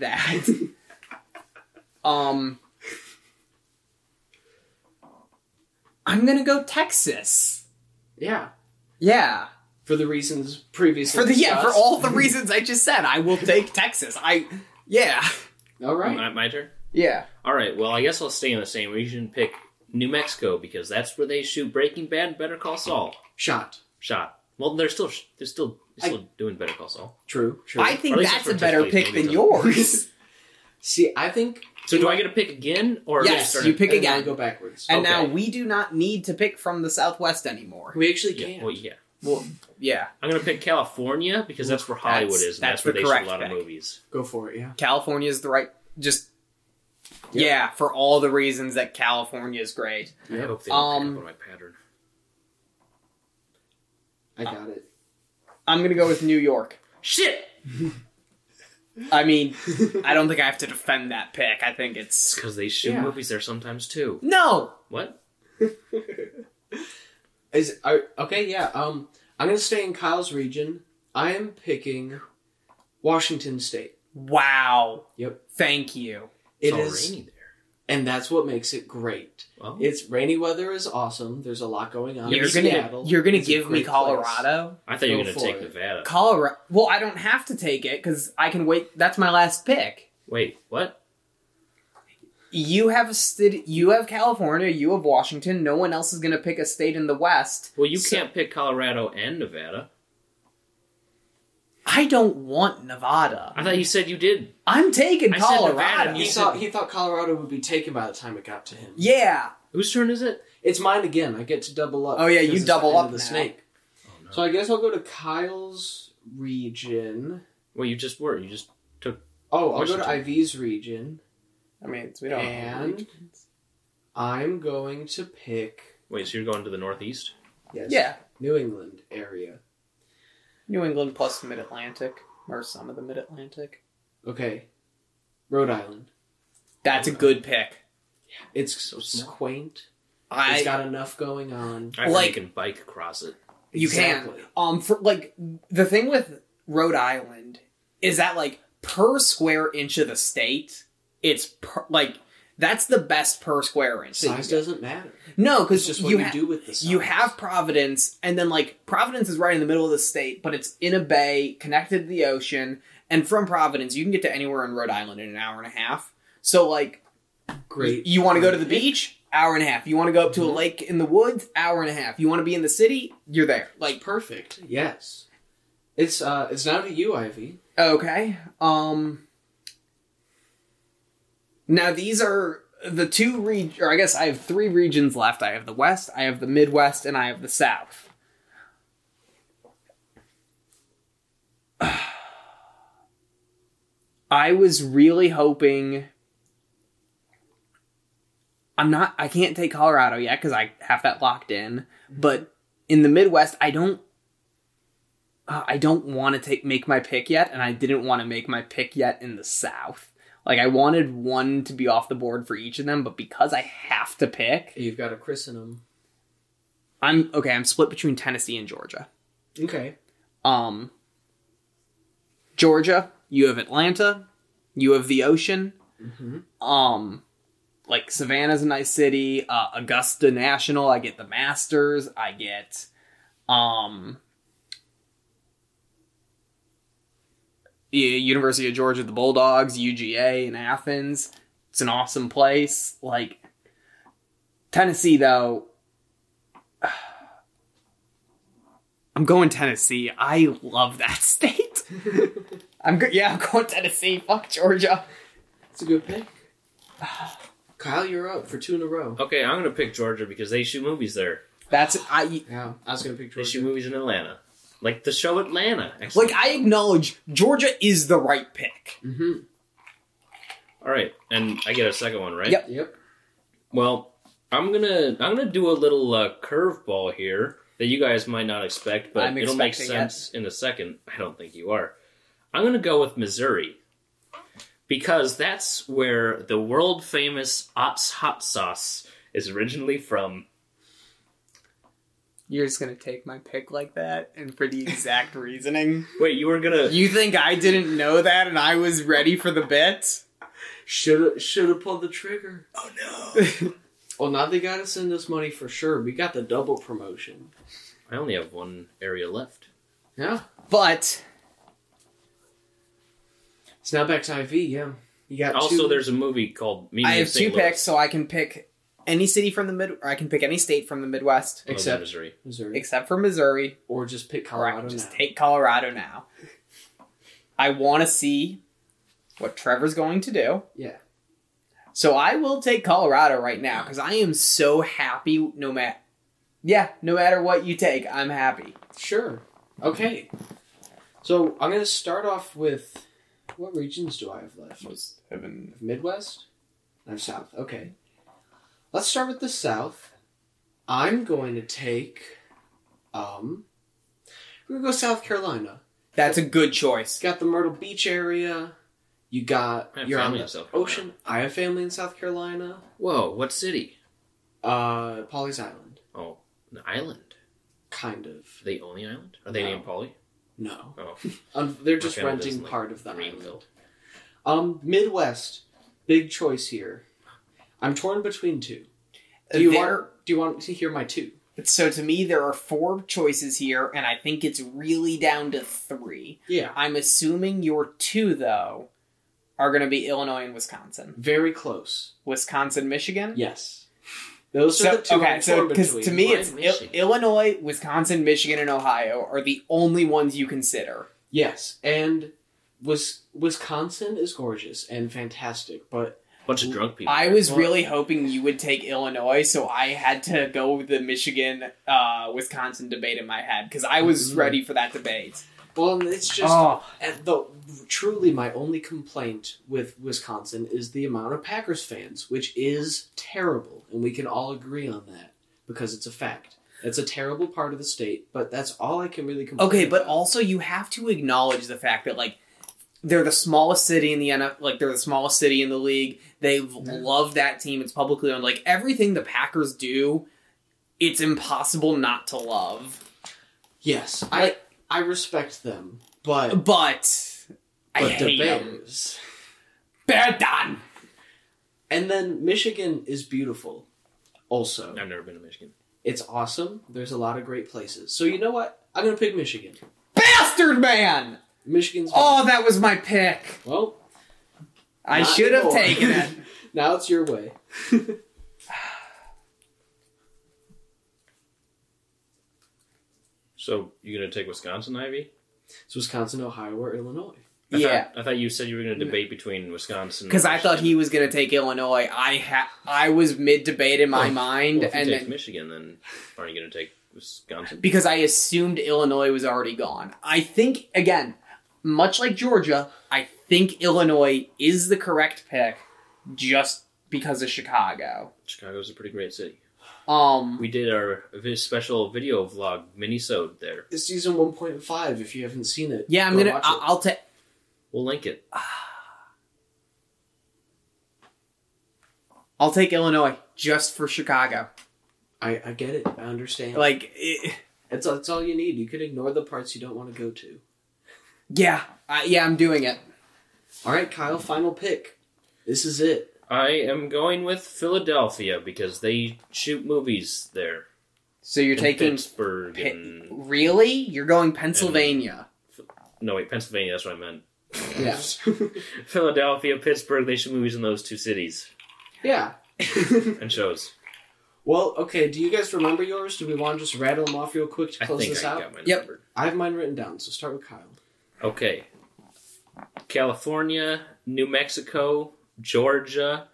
Speaker 3: that. um, I'm gonna go Texas.
Speaker 1: Yeah,
Speaker 3: Yeah,
Speaker 1: for the reasons previously.
Speaker 3: for the yeah for
Speaker 1: discussed.
Speaker 3: all the reasons I just said, I will take Texas. I yeah
Speaker 1: All right.
Speaker 2: my, my turn.
Speaker 3: yeah.
Speaker 2: All right. Well, I guess I'll stay in the same region. and Pick New Mexico because that's where they shoot Breaking Bad, and Better Call Saul.
Speaker 1: Shot.
Speaker 2: Shot. Well, they're still they're still they're still doing Better Call Saul.
Speaker 1: True. True.
Speaker 3: I
Speaker 2: Or
Speaker 3: think
Speaker 2: at least
Speaker 3: that's
Speaker 2: that's
Speaker 3: a
Speaker 2: where
Speaker 3: better
Speaker 2: Texas
Speaker 3: pick
Speaker 2: plays,
Speaker 3: than
Speaker 2: don't
Speaker 3: yours.
Speaker 1: See, I think.
Speaker 2: So do I get to pick again, or do I
Speaker 3: Yes,
Speaker 2: start
Speaker 3: you
Speaker 2: at-
Speaker 3: pick
Speaker 1: and
Speaker 3: again.
Speaker 1: Go backwards.
Speaker 3: And now
Speaker 2: Okay.
Speaker 3: we do not need to pick from the Southwest anymore.
Speaker 1: we actually
Speaker 2: Yeah,
Speaker 1: can't.
Speaker 2: well, yeah.
Speaker 3: Well, yeah,
Speaker 2: I'm gonna pick California because that's where Hollywood
Speaker 3: That's-
Speaker 2: is. And
Speaker 3: that's
Speaker 2: that's, where
Speaker 3: the
Speaker 2: they shoot
Speaker 3: correct
Speaker 2: a lot of
Speaker 3: pick.
Speaker 2: movies.
Speaker 1: Go for it. Yeah.
Speaker 3: California is the right. Just
Speaker 1: Yeah.
Speaker 3: yeah, for all the reasons that California is great.
Speaker 2: I
Speaker 1: Yeah.
Speaker 2: hope they don't
Speaker 3: Um,
Speaker 2: pick up on my pattern.
Speaker 1: I got it.
Speaker 3: I'm gonna go with New York.
Speaker 2: Shit,
Speaker 3: I mean, I don't think I have to defend that pick. I think
Speaker 2: it's
Speaker 3: it's
Speaker 2: because they shoot
Speaker 1: Yeah.
Speaker 2: movies there sometimes too.
Speaker 3: no.
Speaker 2: What?
Speaker 1: Is are, okay. Yeah. Um, I'm gonna stay in Kyle's region. I am picking Washington State.
Speaker 3: Wow.
Speaker 1: Yep.
Speaker 3: Thank you.
Speaker 2: It's
Speaker 1: It
Speaker 2: all
Speaker 1: is,
Speaker 2: rainy there.
Speaker 1: and that's what makes it great.
Speaker 2: Well,
Speaker 1: It's rainy weather is awesome. There's a lot going on.
Speaker 3: you're
Speaker 1: in
Speaker 3: gonna
Speaker 1: Seattle.
Speaker 3: you're gonna
Speaker 1: It's a
Speaker 3: give me
Speaker 1: great place.
Speaker 3: Colorado.
Speaker 2: I thought you were
Speaker 1: go
Speaker 2: gonna
Speaker 1: for
Speaker 2: take
Speaker 1: it.
Speaker 2: Nevada.
Speaker 3: Colorado. Well, I don't have to take it because I can wait. That's my last pick.
Speaker 2: Wait, what?
Speaker 3: You have a state. You have California. You have Washington. No one else is gonna pick a state in the West.
Speaker 2: Well, you
Speaker 3: So-
Speaker 2: can't pick Colorado and Nevada.
Speaker 3: I don't want Nevada.
Speaker 2: I thought you said you did.
Speaker 3: I'm taking
Speaker 2: I said Nevada,
Speaker 3: Colorado.
Speaker 2: and
Speaker 1: He
Speaker 2: You
Speaker 1: thought he thought Colorado would be taken by the time it got to him.
Speaker 3: yeah.
Speaker 2: Whose turn is it?
Speaker 1: It's mine again. I get to double up.
Speaker 3: Oh, yeah, you
Speaker 1: because it's
Speaker 3: double
Speaker 1: the end
Speaker 3: up
Speaker 1: of the
Speaker 3: now.
Speaker 1: snake.
Speaker 2: Oh, no.
Speaker 1: So I guess I'll go to Kyle's region.
Speaker 2: well, you just were. You just
Speaker 1: Oh, I'll go to
Speaker 2: Washington.
Speaker 1: IV's region.
Speaker 3: I mean, we don't.
Speaker 1: And I'm going to pick
Speaker 2: wait. So you're going to the Northeast?
Speaker 1: yes,
Speaker 3: Yeah.
Speaker 1: New England area.
Speaker 3: New England plus Mid Atlantic or some of the Mid Atlantic.
Speaker 1: Okay. Rhode Island.
Speaker 3: That's a good pick.
Speaker 1: It's
Speaker 2: So
Speaker 1: s-
Speaker 2: small.
Speaker 1: quaint.
Speaker 3: I
Speaker 1: It's got enough going on.
Speaker 2: I like,
Speaker 3: Like-
Speaker 2: you can bike across it.
Speaker 3: you
Speaker 1: Exactly.
Speaker 3: can um for like the thing with Rhode Island is that like per square inch of the state, it's per, like that's the best per square inch.
Speaker 1: Size doesn't matter.
Speaker 3: no,
Speaker 1: It's
Speaker 3: because
Speaker 1: just what
Speaker 3: you
Speaker 1: you,
Speaker 3: ha-
Speaker 1: do with the size.
Speaker 3: you have Providence, and then like Providence is right in the middle of the state, but it's in a bay connected to the ocean. And from Providence, you can get to anywhere in Rhode Island in an hour and a half. So like
Speaker 1: great. Mm-hmm.
Speaker 3: You want to go to the beach? Hour and a half. You want to go up to a lake in the woods? Hour and a half. You want to be in the city? You're there.
Speaker 1: Like perfect. Yes. It's uh. It's now to you, Ivy.
Speaker 3: Okay. Um. Now these are the two reg or I guess I have three regions left. I have the West, I have the Midwest, and I have the South. I was really hoping. I'm not. I can't take Colorado yet because I have that locked in. But in the Midwest, I don't. Uh, I don't want to take make my pick yet, and I didn't want to make my pick yet in the South. Like I wanted one to be off the board for each of them, but because I have to pick,
Speaker 1: You've got to christen them.
Speaker 3: I'm okay. I'm split between Tennessee and Georgia.
Speaker 1: Okay.
Speaker 3: Um, Georgia, you have Atlanta, you have the ocean. Um, like Savannah's a nice city. Uh, Augusta National, I get the Masters. I get, um, the University of Georgia, the Bulldogs, UGA in Athens. It's an awesome place. Like Tennessee, though, I'm going Tennessee. I love that state. I'm go- yeah, I'm going Tennessee. Fuck Georgia.
Speaker 1: It's a good pick. Kyle, you're up for two in a row.
Speaker 2: Okay, I'm gonna pick Georgia because they shoot movies there.
Speaker 3: That's I
Speaker 1: Yeah, I was gonna pick
Speaker 2: They shoot
Speaker 1: Georgia.
Speaker 2: movies in Atlanta, like the show Atlanta. Actually.
Speaker 3: like I acknowledge Georgia is the right pick.
Speaker 1: Mm-hmm.
Speaker 2: all right, and I get a second one, right?
Speaker 3: Yep.
Speaker 1: Yep.
Speaker 2: Well, I'm gonna I'm gonna do a little uh, curveball here that you guys might not expect, but
Speaker 3: I'm
Speaker 2: it'll make
Speaker 3: expecting it.
Speaker 2: sense in a second. I don't think you are. I'm gonna go with Missouri because that's where the world famous Ott's hot sauce is originally from.
Speaker 3: You're just gonna take my pick like that, and for the exact reasoning.
Speaker 2: Wait, you were gonna
Speaker 3: You think I didn't know that, and I was ready for the bit?
Speaker 1: Should should have pulled the trigger.
Speaker 2: Oh
Speaker 1: Well, now they gotta send us money for sure. We got the double promotion.
Speaker 2: I only have one area left.
Speaker 1: Yeah.
Speaker 3: But
Speaker 1: It's now back to IV. Yeah. You got
Speaker 2: Also,
Speaker 1: two.
Speaker 2: there's a movie called Meeting
Speaker 3: I
Speaker 2: in
Speaker 3: have two
Speaker 2: St. Louis.
Speaker 3: picks, so I can pick any city from the mid, or I can pick any state from the Midwest,
Speaker 2: Other than
Speaker 1: Except-
Speaker 2: Oh, Missouri.
Speaker 1: Missouri,
Speaker 3: except for Missouri.
Speaker 1: or just pick
Speaker 3: All right,
Speaker 1: Colorado.
Speaker 3: just
Speaker 1: now.
Speaker 3: take Colorado now. I want to see what Trevor's going to do.
Speaker 1: Yeah.
Speaker 3: So I will take Colorado right now because I am so happy. No matter Yeah, no matter what you take, I'm happy.
Speaker 1: Sure. Okay. So I'm gonna start off with what regions do I have left?
Speaker 3: Was heaven.
Speaker 1: Midwest? I'm South. Okay. Let's start with the South. I'm going to take um we're gonna go South Carolina.
Speaker 3: That's a good
Speaker 1: It's
Speaker 3: choice.
Speaker 1: got the Myrtle Beach area. You got
Speaker 2: I have
Speaker 1: you're on
Speaker 2: family
Speaker 1: the
Speaker 2: in South Carolina.
Speaker 1: ocean. I have family in South Carolina.
Speaker 2: Whoa, what city?
Speaker 1: Uh Polly's Island.
Speaker 2: Oh, an island.
Speaker 1: Kind of.
Speaker 2: Are they own the island? Are they
Speaker 1: No.
Speaker 2: named Polly?
Speaker 1: No.
Speaker 2: Oh,
Speaker 1: Um, they're
Speaker 2: my
Speaker 1: just
Speaker 2: family lives
Speaker 1: renting
Speaker 2: in, like,
Speaker 1: part of the island.
Speaker 2: Greenville.
Speaker 1: Um, Midwest, big choice here. I'm torn between two. Do you
Speaker 3: There-
Speaker 1: want? Do you want to hear my two?
Speaker 3: So to me, there are four choices here, and I think it's really down to three.
Speaker 1: Yeah,
Speaker 3: I'm assuming your two, though, are going to be Illinois and Wisconsin.
Speaker 1: very close.
Speaker 3: Wisconsin, Michigan?
Speaker 1: Yes, those
Speaker 3: So-
Speaker 1: are the two.
Speaker 3: okay,
Speaker 1: I'm
Speaker 3: so
Speaker 1: torn
Speaker 3: because
Speaker 1: between.
Speaker 3: to me,
Speaker 2: Why
Speaker 3: it's Il-
Speaker 2: Michigan?
Speaker 3: Illinois, Wisconsin, Michigan, and Ohio are the only ones you consider.
Speaker 1: yes, and Wis- Wisconsin is gorgeous and fantastic, but
Speaker 2: Bunch of drunk people.
Speaker 3: I was
Speaker 1: Well-
Speaker 3: really hoping you would take Illinois, so I had to go with the Michigan uh, Wisconsin debate in my head because I was
Speaker 1: Mhm.
Speaker 3: ready for that debate.
Speaker 1: well, it's just
Speaker 3: oh,
Speaker 1: and the truly my only complaint with Wisconsin is the amount of Packers fans, which is terrible, and we can all agree on that because it's a fact. It's a terrible part of the state, but that's all I can really complain.
Speaker 3: okay, but
Speaker 1: about.
Speaker 3: also you have to acknowledge the fact that like they're the smallest city in the NFL, like they're the smallest city in the league. They love that team. It's publicly owned. Like everything the Packers do, it's impossible not to love.
Speaker 1: yes,
Speaker 3: Like-
Speaker 1: I I respect them, but
Speaker 3: But, I
Speaker 1: but
Speaker 3: hate
Speaker 1: the
Speaker 3: 'em.
Speaker 1: Bears.
Speaker 3: Bear done.
Speaker 1: And then Michigan is beautiful. Also,
Speaker 2: I've never been to Michigan.
Speaker 1: it's awesome. There's a lot of great places. So you know what? I'm gonna pick Michigan.
Speaker 3: Bastard man.
Speaker 1: Michigan's
Speaker 3: Oh, that was my pick.
Speaker 1: well.
Speaker 3: I
Speaker 1: not
Speaker 3: should have
Speaker 1: anymore.
Speaker 3: taken it.
Speaker 1: now it's your way.
Speaker 2: So you gonna take Wisconsin, Ivy?
Speaker 1: It's Wisconsin, Ohio, or Illinois.
Speaker 2: I
Speaker 3: Yeah.
Speaker 2: Thought, I thought you said you were gonna debate between Wisconsin. and
Speaker 3: Because I thought
Speaker 2: Michigan.
Speaker 3: he was going to take Illinois. I ha- I was mid debate in my
Speaker 1: Oh,
Speaker 3: mind,
Speaker 2: Well, if you
Speaker 3: and
Speaker 2: take
Speaker 3: then
Speaker 2: Michigan, then aren't you gonna take Wisconsin?
Speaker 3: because I assumed Illinois was already gone. I think again, much like Georgia, I think Illinois is the correct pick, just because of Chicago.
Speaker 2: Chicago's a pretty great city.
Speaker 3: Um,
Speaker 2: We did our vi- special video vlog minisode there.
Speaker 1: It's season 1.5. If you haven't seen it,
Speaker 3: yeah, I'm
Speaker 1: go
Speaker 3: gonna.
Speaker 1: watch
Speaker 3: I-
Speaker 1: it.
Speaker 3: I'll take.
Speaker 2: We'll link it.
Speaker 3: I'll take Illinois just for Chicago.
Speaker 1: I, I get it. I understand.
Speaker 3: Like, it,
Speaker 1: it's that's all you need. You can ignore the parts you don't want to go to.
Speaker 3: yeah, I, yeah, I'm doing it.
Speaker 1: All right, Kyle. Final pick. This is it.
Speaker 2: I am going with Philadelphia because they shoot movies there.
Speaker 3: So you're
Speaker 2: And
Speaker 3: taking
Speaker 2: Pittsburgh
Speaker 3: Pi-
Speaker 2: and
Speaker 3: really? You're going Pennsylvania?
Speaker 2: no wait, Pennsylvania. That's what I meant.
Speaker 1: Yeah.
Speaker 2: Philadelphia, Pittsburgh. They shoot movies in those two cities
Speaker 1: yeah.
Speaker 2: and shows.
Speaker 1: well, okay. Do you guys remember yours? Do we want to just rattle them off real quick to
Speaker 2: I
Speaker 1: close
Speaker 2: think
Speaker 1: this
Speaker 2: I
Speaker 1: out?
Speaker 2: got my
Speaker 3: Yep.
Speaker 2: number.
Speaker 1: I have mine written down, so start with Kyle.
Speaker 2: Okay. California, New Mexico, Georgia,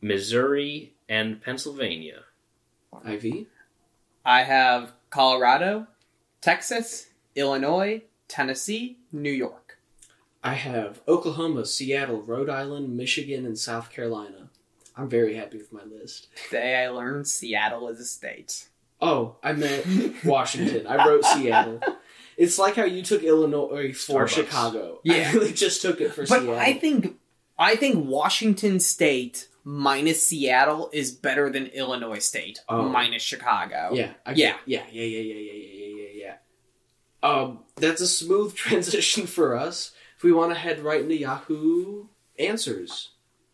Speaker 2: Missouri, and Pennsylvania.
Speaker 1: IV.
Speaker 3: I have Colorado, Texas, Illinois, Tennessee, New York.
Speaker 1: I have Oklahoma, Seattle, Rhode Island, Michigan, and South Carolina. I'm very happy with my list.
Speaker 3: Today I learned Seattle is a state.
Speaker 1: Oh, I meant Washington. I wrote Seattle. It's like how you took Illinois for
Speaker 2: Starbucks.
Speaker 1: Chicago.
Speaker 3: Yeah.
Speaker 1: I really just took it for
Speaker 3: But
Speaker 1: Seattle.
Speaker 3: I think I think Washington State minus Seattle is better than Illinois State
Speaker 1: Oh.
Speaker 3: minus Chicago.
Speaker 1: yeah, I
Speaker 3: Yeah.
Speaker 1: yeah, yeah, yeah, yeah, yeah, yeah, yeah, yeah, yeah. Um, that's a smooth transition for us. If we want to head right into Yahoo answers,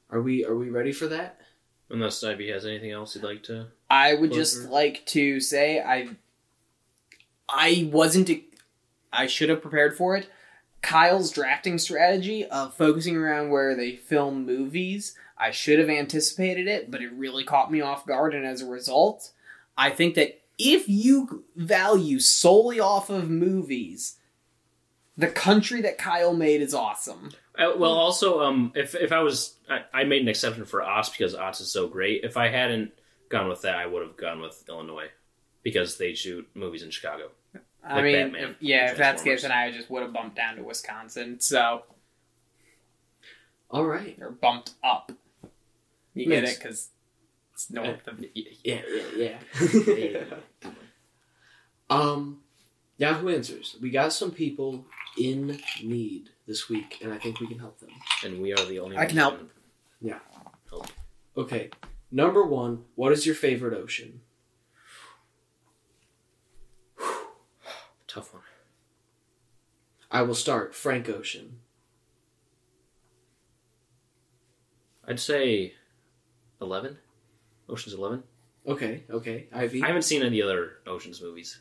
Speaker 1: are we are we ready for that?
Speaker 2: Unless Ivy has anything else you'd like to.
Speaker 3: I would just
Speaker 2: Closer.
Speaker 3: like to say I I wasn't I should have prepared for it. Kyle's drafting strategy of focusing around where they film movies, I should have anticipated it, but it really caught me off guard and as a result, I think that if you value solely off of movies, the country that Kyle made is awesome.
Speaker 2: I, Uh, well, also, um, if if I was, I, I made an exception for Ots because Ots is so great. If I hadn't gone with that, I would have gone with Illinois. because they shoot movies in Chicago.
Speaker 3: I
Speaker 2: Like
Speaker 3: mean,
Speaker 2: Batman
Speaker 3: if- yeah, if that's the
Speaker 2: Transformers.
Speaker 3: case, then I just would have bumped down to Wisconsin. So
Speaker 1: All right.
Speaker 3: or bumped up. You get
Speaker 1: Makes-
Speaker 3: it because it's north of.
Speaker 1: Yeah, yeah, yeah. um, Yahoo Answers. We got some people in need this week, and I think we can help them.
Speaker 2: And we are the only.
Speaker 3: I can help.
Speaker 2: ones
Speaker 1: Okay. Number one, what is your favorite ocean?
Speaker 2: in- Tough one.
Speaker 1: I will start. Frank Ocean.
Speaker 2: I'd say eleven. Ocean's Eleven.
Speaker 1: Okay, okay. Ivy.
Speaker 2: I haven't seen any other Ocean's movies.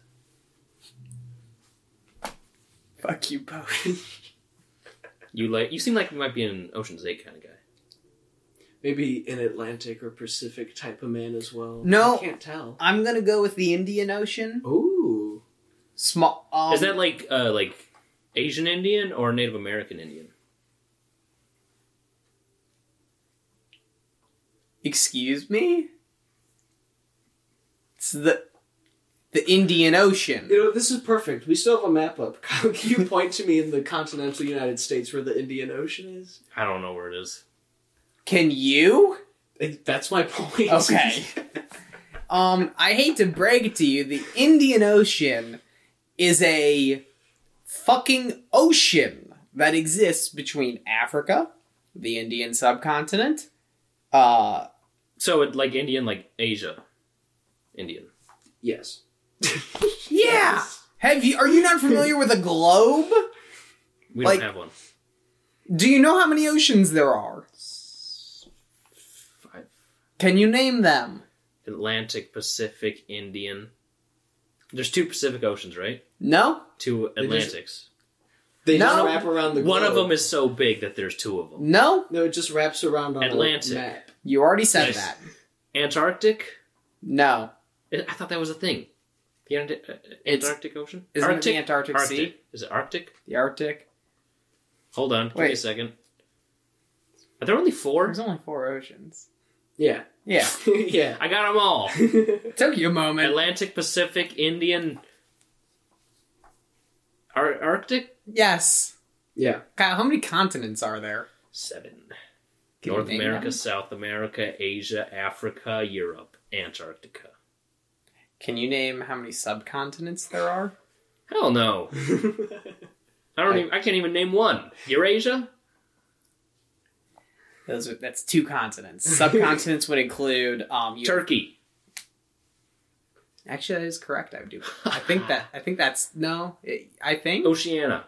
Speaker 3: Fuck you both.
Speaker 2: You like? You seem like you might be an Ocean's Eight kind of guy.
Speaker 1: Maybe an Atlantic or Pacific type of man as well.
Speaker 3: No.
Speaker 1: I can't tell.
Speaker 3: I'm gonna go with the Indian Ocean.
Speaker 1: Ooh.
Speaker 3: Small. Um,
Speaker 2: Is that like uh like Asian Indian or Native American Indian?
Speaker 3: Excuse me? It's the the Indian Ocean.
Speaker 1: You know, this is perfect. We still have a map up. Can you point to me in the continental United States where the Indian Ocean is?
Speaker 2: I don't know where it is.
Speaker 3: Can you?
Speaker 1: It- That's my point.
Speaker 3: Okay. Um, I hate to break it to you, the Indian Ocean is a fucking ocean that exists between Africa, the Indian subcontinent, uh,
Speaker 2: So it like Indian, like Asia, Indian.
Speaker 1: yes.
Speaker 3: yeah. Have you? Are you not familiar with a globe?
Speaker 2: We
Speaker 3: Like-
Speaker 2: don't have one.
Speaker 3: Do you know how many oceans there are?
Speaker 2: Five.
Speaker 3: Can you name them?
Speaker 2: Atlantic, Pacific, Indian. There's two Pacific Oceans, right?
Speaker 3: No.
Speaker 2: Two
Speaker 1: just-
Speaker 2: Atlantics.
Speaker 1: They just
Speaker 3: No.
Speaker 1: wrap around the globe.
Speaker 2: One of them is so big that there's two of them.
Speaker 3: No,
Speaker 1: No, it just wraps around on
Speaker 2: Atlantic.
Speaker 1: a map.
Speaker 3: you already said
Speaker 2: Nice.
Speaker 3: that.
Speaker 2: Antarctic.
Speaker 3: No,
Speaker 2: I I thought that was a thing. The Ant- uh,
Speaker 3: It's-
Speaker 2: Antarctic Ocean.
Speaker 3: isn't it the Antarctic
Speaker 2: Arctic.
Speaker 3: Sea?
Speaker 2: Is it Arctic?
Speaker 3: The Arctic.
Speaker 2: Hold on. Give me a
Speaker 3: Wait.
Speaker 2: second. Are there only four?
Speaker 3: There's only four oceans.
Speaker 1: Yeah.
Speaker 3: Yeah,
Speaker 1: yeah.
Speaker 2: I got them all.
Speaker 3: took you a moment.
Speaker 2: Atlantic, Pacific, Indian, Ar- Arctic.
Speaker 3: Yes.
Speaker 1: yeah.
Speaker 3: Kyle, how many continents are there?
Speaker 2: Seven.
Speaker 3: Can you
Speaker 2: North
Speaker 3: name
Speaker 2: America,
Speaker 3: them?
Speaker 2: South America, Asia, Africa, Europe, Antarctica.
Speaker 3: Can you name how many subcontinents there are?
Speaker 2: Hell no. I don't.
Speaker 1: I-
Speaker 2: even, I can't even name one. Eurasia.
Speaker 3: Those are, that's two continents. Subcontinents would include um. You,
Speaker 2: Turkey.
Speaker 3: Actually, that is correct. I do. I think that. I think that's no. It, I think
Speaker 2: Oceania.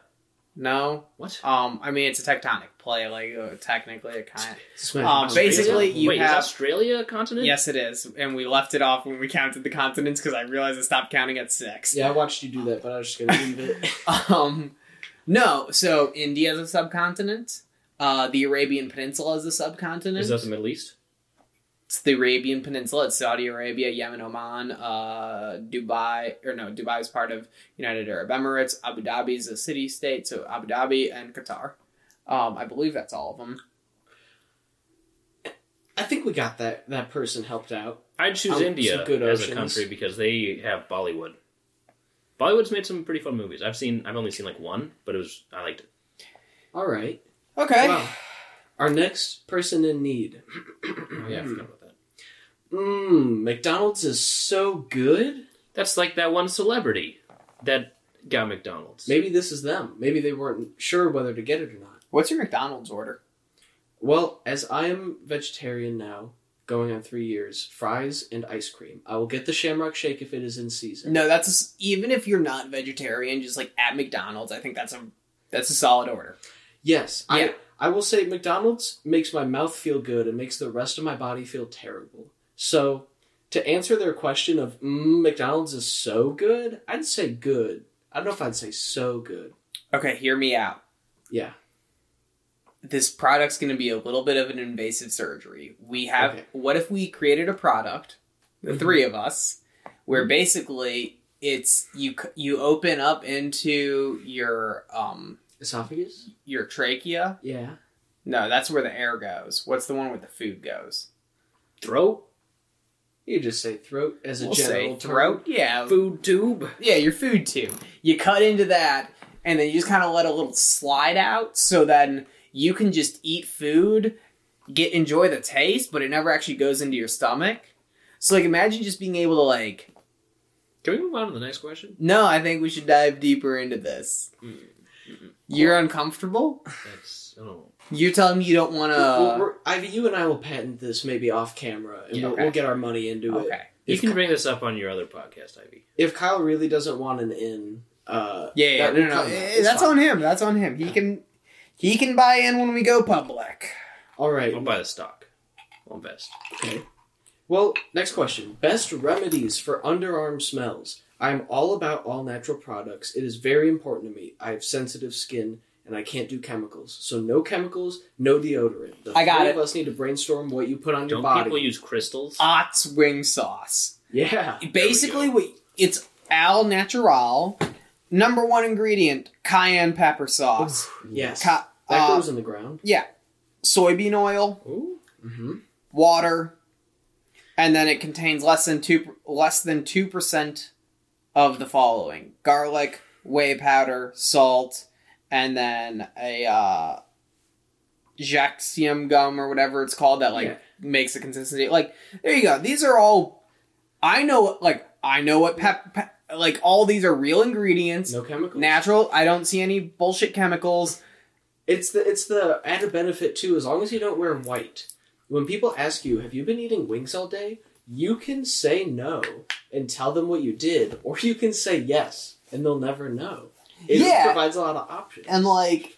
Speaker 3: no.
Speaker 2: What?
Speaker 3: Um, I mean, it's a tectonic play. Like uh, technically, a kind.
Speaker 1: Smash
Speaker 3: Um,
Speaker 1: it.
Speaker 3: basically,
Speaker 1: Yeah.
Speaker 3: you
Speaker 2: Wait,
Speaker 3: have-
Speaker 2: is Australia a continent?
Speaker 3: Yes, it is, and we left it off when we counted the continents because I realized I stopped counting at six.
Speaker 1: Yeah, I watched you do that, but I was just going to leave it.
Speaker 3: Um, no, so India is a subcontinent. Uh, the Arabian Peninsula is a subcontinent.
Speaker 2: Is that the Middle East?
Speaker 3: it's the Arabian Peninsula. It's Saudi Arabia, Yemen, Oman, uh, Dubai, or no, Dubai is part of United Arab Emirates. Abu Dhabi is a city state, so Abu Dhabi and Qatar. Um, I believe that's all of them.
Speaker 1: I think we got that. That person helped out.
Speaker 2: I'd choose
Speaker 1: Um,
Speaker 2: India
Speaker 1: some good
Speaker 2: as a
Speaker 1: oceans.
Speaker 2: country because they have Bollywood. Bollywood's made some pretty fun movies. I've seen. I've only seen like one, but it was. I liked it.
Speaker 1: All right.
Speaker 3: Okay.
Speaker 1: Wow. Our next person in need.
Speaker 2: Oh, yeah, I forgot about that.
Speaker 1: Mmm, McDonald's is so good.
Speaker 2: That's like that one celebrity that got McDonald's.
Speaker 1: Maybe this is them. Maybe they weren't sure whether to get it or not.
Speaker 3: What's your McDonald's order?
Speaker 1: Well, as I am vegetarian now, going on three years, fries and ice cream. I will get the Shamrock Shake if it is in season.
Speaker 3: No, that's even if you're not vegetarian, just like at McDonald's, I think that's a that's a solid order.
Speaker 1: Yes,
Speaker 3: Yeah.
Speaker 1: I I will say McDonald's makes my mouth feel good and makes the rest of my body feel terrible. So, to answer their question of mm, McDonald's is so good, I'd say good. I don't know if I'd say so good.
Speaker 3: Okay, hear me out.
Speaker 1: Yeah.
Speaker 3: This product's going to be a little bit of an invasive surgery. We have
Speaker 1: Okay. Mm-hmm.
Speaker 3: what if we created a product, the three of us, where basically it's you c- you open up into your um
Speaker 1: Esophagus?
Speaker 3: your trachea.
Speaker 1: Yeah.
Speaker 3: No, that's where the air goes. What's the one where the food goes?
Speaker 2: throat.
Speaker 1: You just say throat as a
Speaker 3: We'll
Speaker 1: general
Speaker 3: say
Speaker 1: term.
Speaker 3: throat. Yeah,
Speaker 2: Food tube.
Speaker 3: yeah, your food tube. You cut into that, and then you just kind of let a little slide out, so then you can just eat food, get enjoy the taste, but it never actually goes into your stomach. So like, imagine just being able to like.
Speaker 2: Can we move on to the next question?
Speaker 3: No, I think we should dive deeper into this.
Speaker 1: Mm-hmm.
Speaker 3: You're uncomfortable.
Speaker 2: That's I don't.
Speaker 3: You're telling me you don't want
Speaker 1: Well,
Speaker 3: to.
Speaker 1: Uh, we're- Ivy, you and I will patent this maybe off camera, and
Speaker 2: Yeah,
Speaker 1: we'll,
Speaker 3: okay.
Speaker 1: we'll get our money into it.
Speaker 3: Okay.
Speaker 2: You
Speaker 1: If,
Speaker 2: can bring this up on your other podcast, Ivy.
Speaker 1: if Kyle really doesn't want an in, uh,
Speaker 3: Yeah, yeah,
Speaker 1: That
Speaker 3: no,
Speaker 1: will
Speaker 3: no, no.
Speaker 1: come.
Speaker 3: Eh,
Speaker 1: It's
Speaker 3: That's
Speaker 1: fine.
Speaker 3: on him. That's on him. He can, he can buy in when we go public.
Speaker 1: all right.
Speaker 2: I'll buy the stock. I'll invest.
Speaker 1: Well, next question. Best remedies for underarm smells. I'm all about all natural products. It is very important to me. I have sensitive skin and I can't do chemicals. So no chemicals, no deodorant. The
Speaker 3: I got
Speaker 1: three
Speaker 3: it.
Speaker 1: of us need to brainstorm what you put on your
Speaker 2: Don't
Speaker 1: body.
Speaker 2: people use crystals?
Speaker 3: Ott's wing sauce.
Speaker 1: yeah.
Speaker 3: Basically, what it's al natural. Number one ingredient: cayenne pepper sauce,
Speaker 1: Yes.
Speaker 3: Ca-
Speaker 1: that
Speaker 3: uh,
Speaker 1: goes in the ground.
Speaker 3: soybean oil,
Speaker 2: Ooh.
Speaker 1: Mhm.
Speaker 3: water, and then it contains less than two less than two percent of the following: garlic, whey powder, salt, and then a uh, jaxium gum or whatever it's called that like
Speaker 1: Yeah.
Speaker 3: makes the consistency. Like there you go. These are all I know. Like I know what pep. pep like all these are real ingredients,
Speaker 1: No chemicals.
Speaker 3: natural. I don't see any bullshit chemicals.
Speaker 1: It's the it's the added benefit too. As long as you don't wear white, when people ask you, "Have you been eating wings all day?" You can say no and tell them what you did, or you can say yes and they'll never know. It just
Speaker 3: Yeah.
Speaker 1: provides a lot of options.
Speaker 3: and like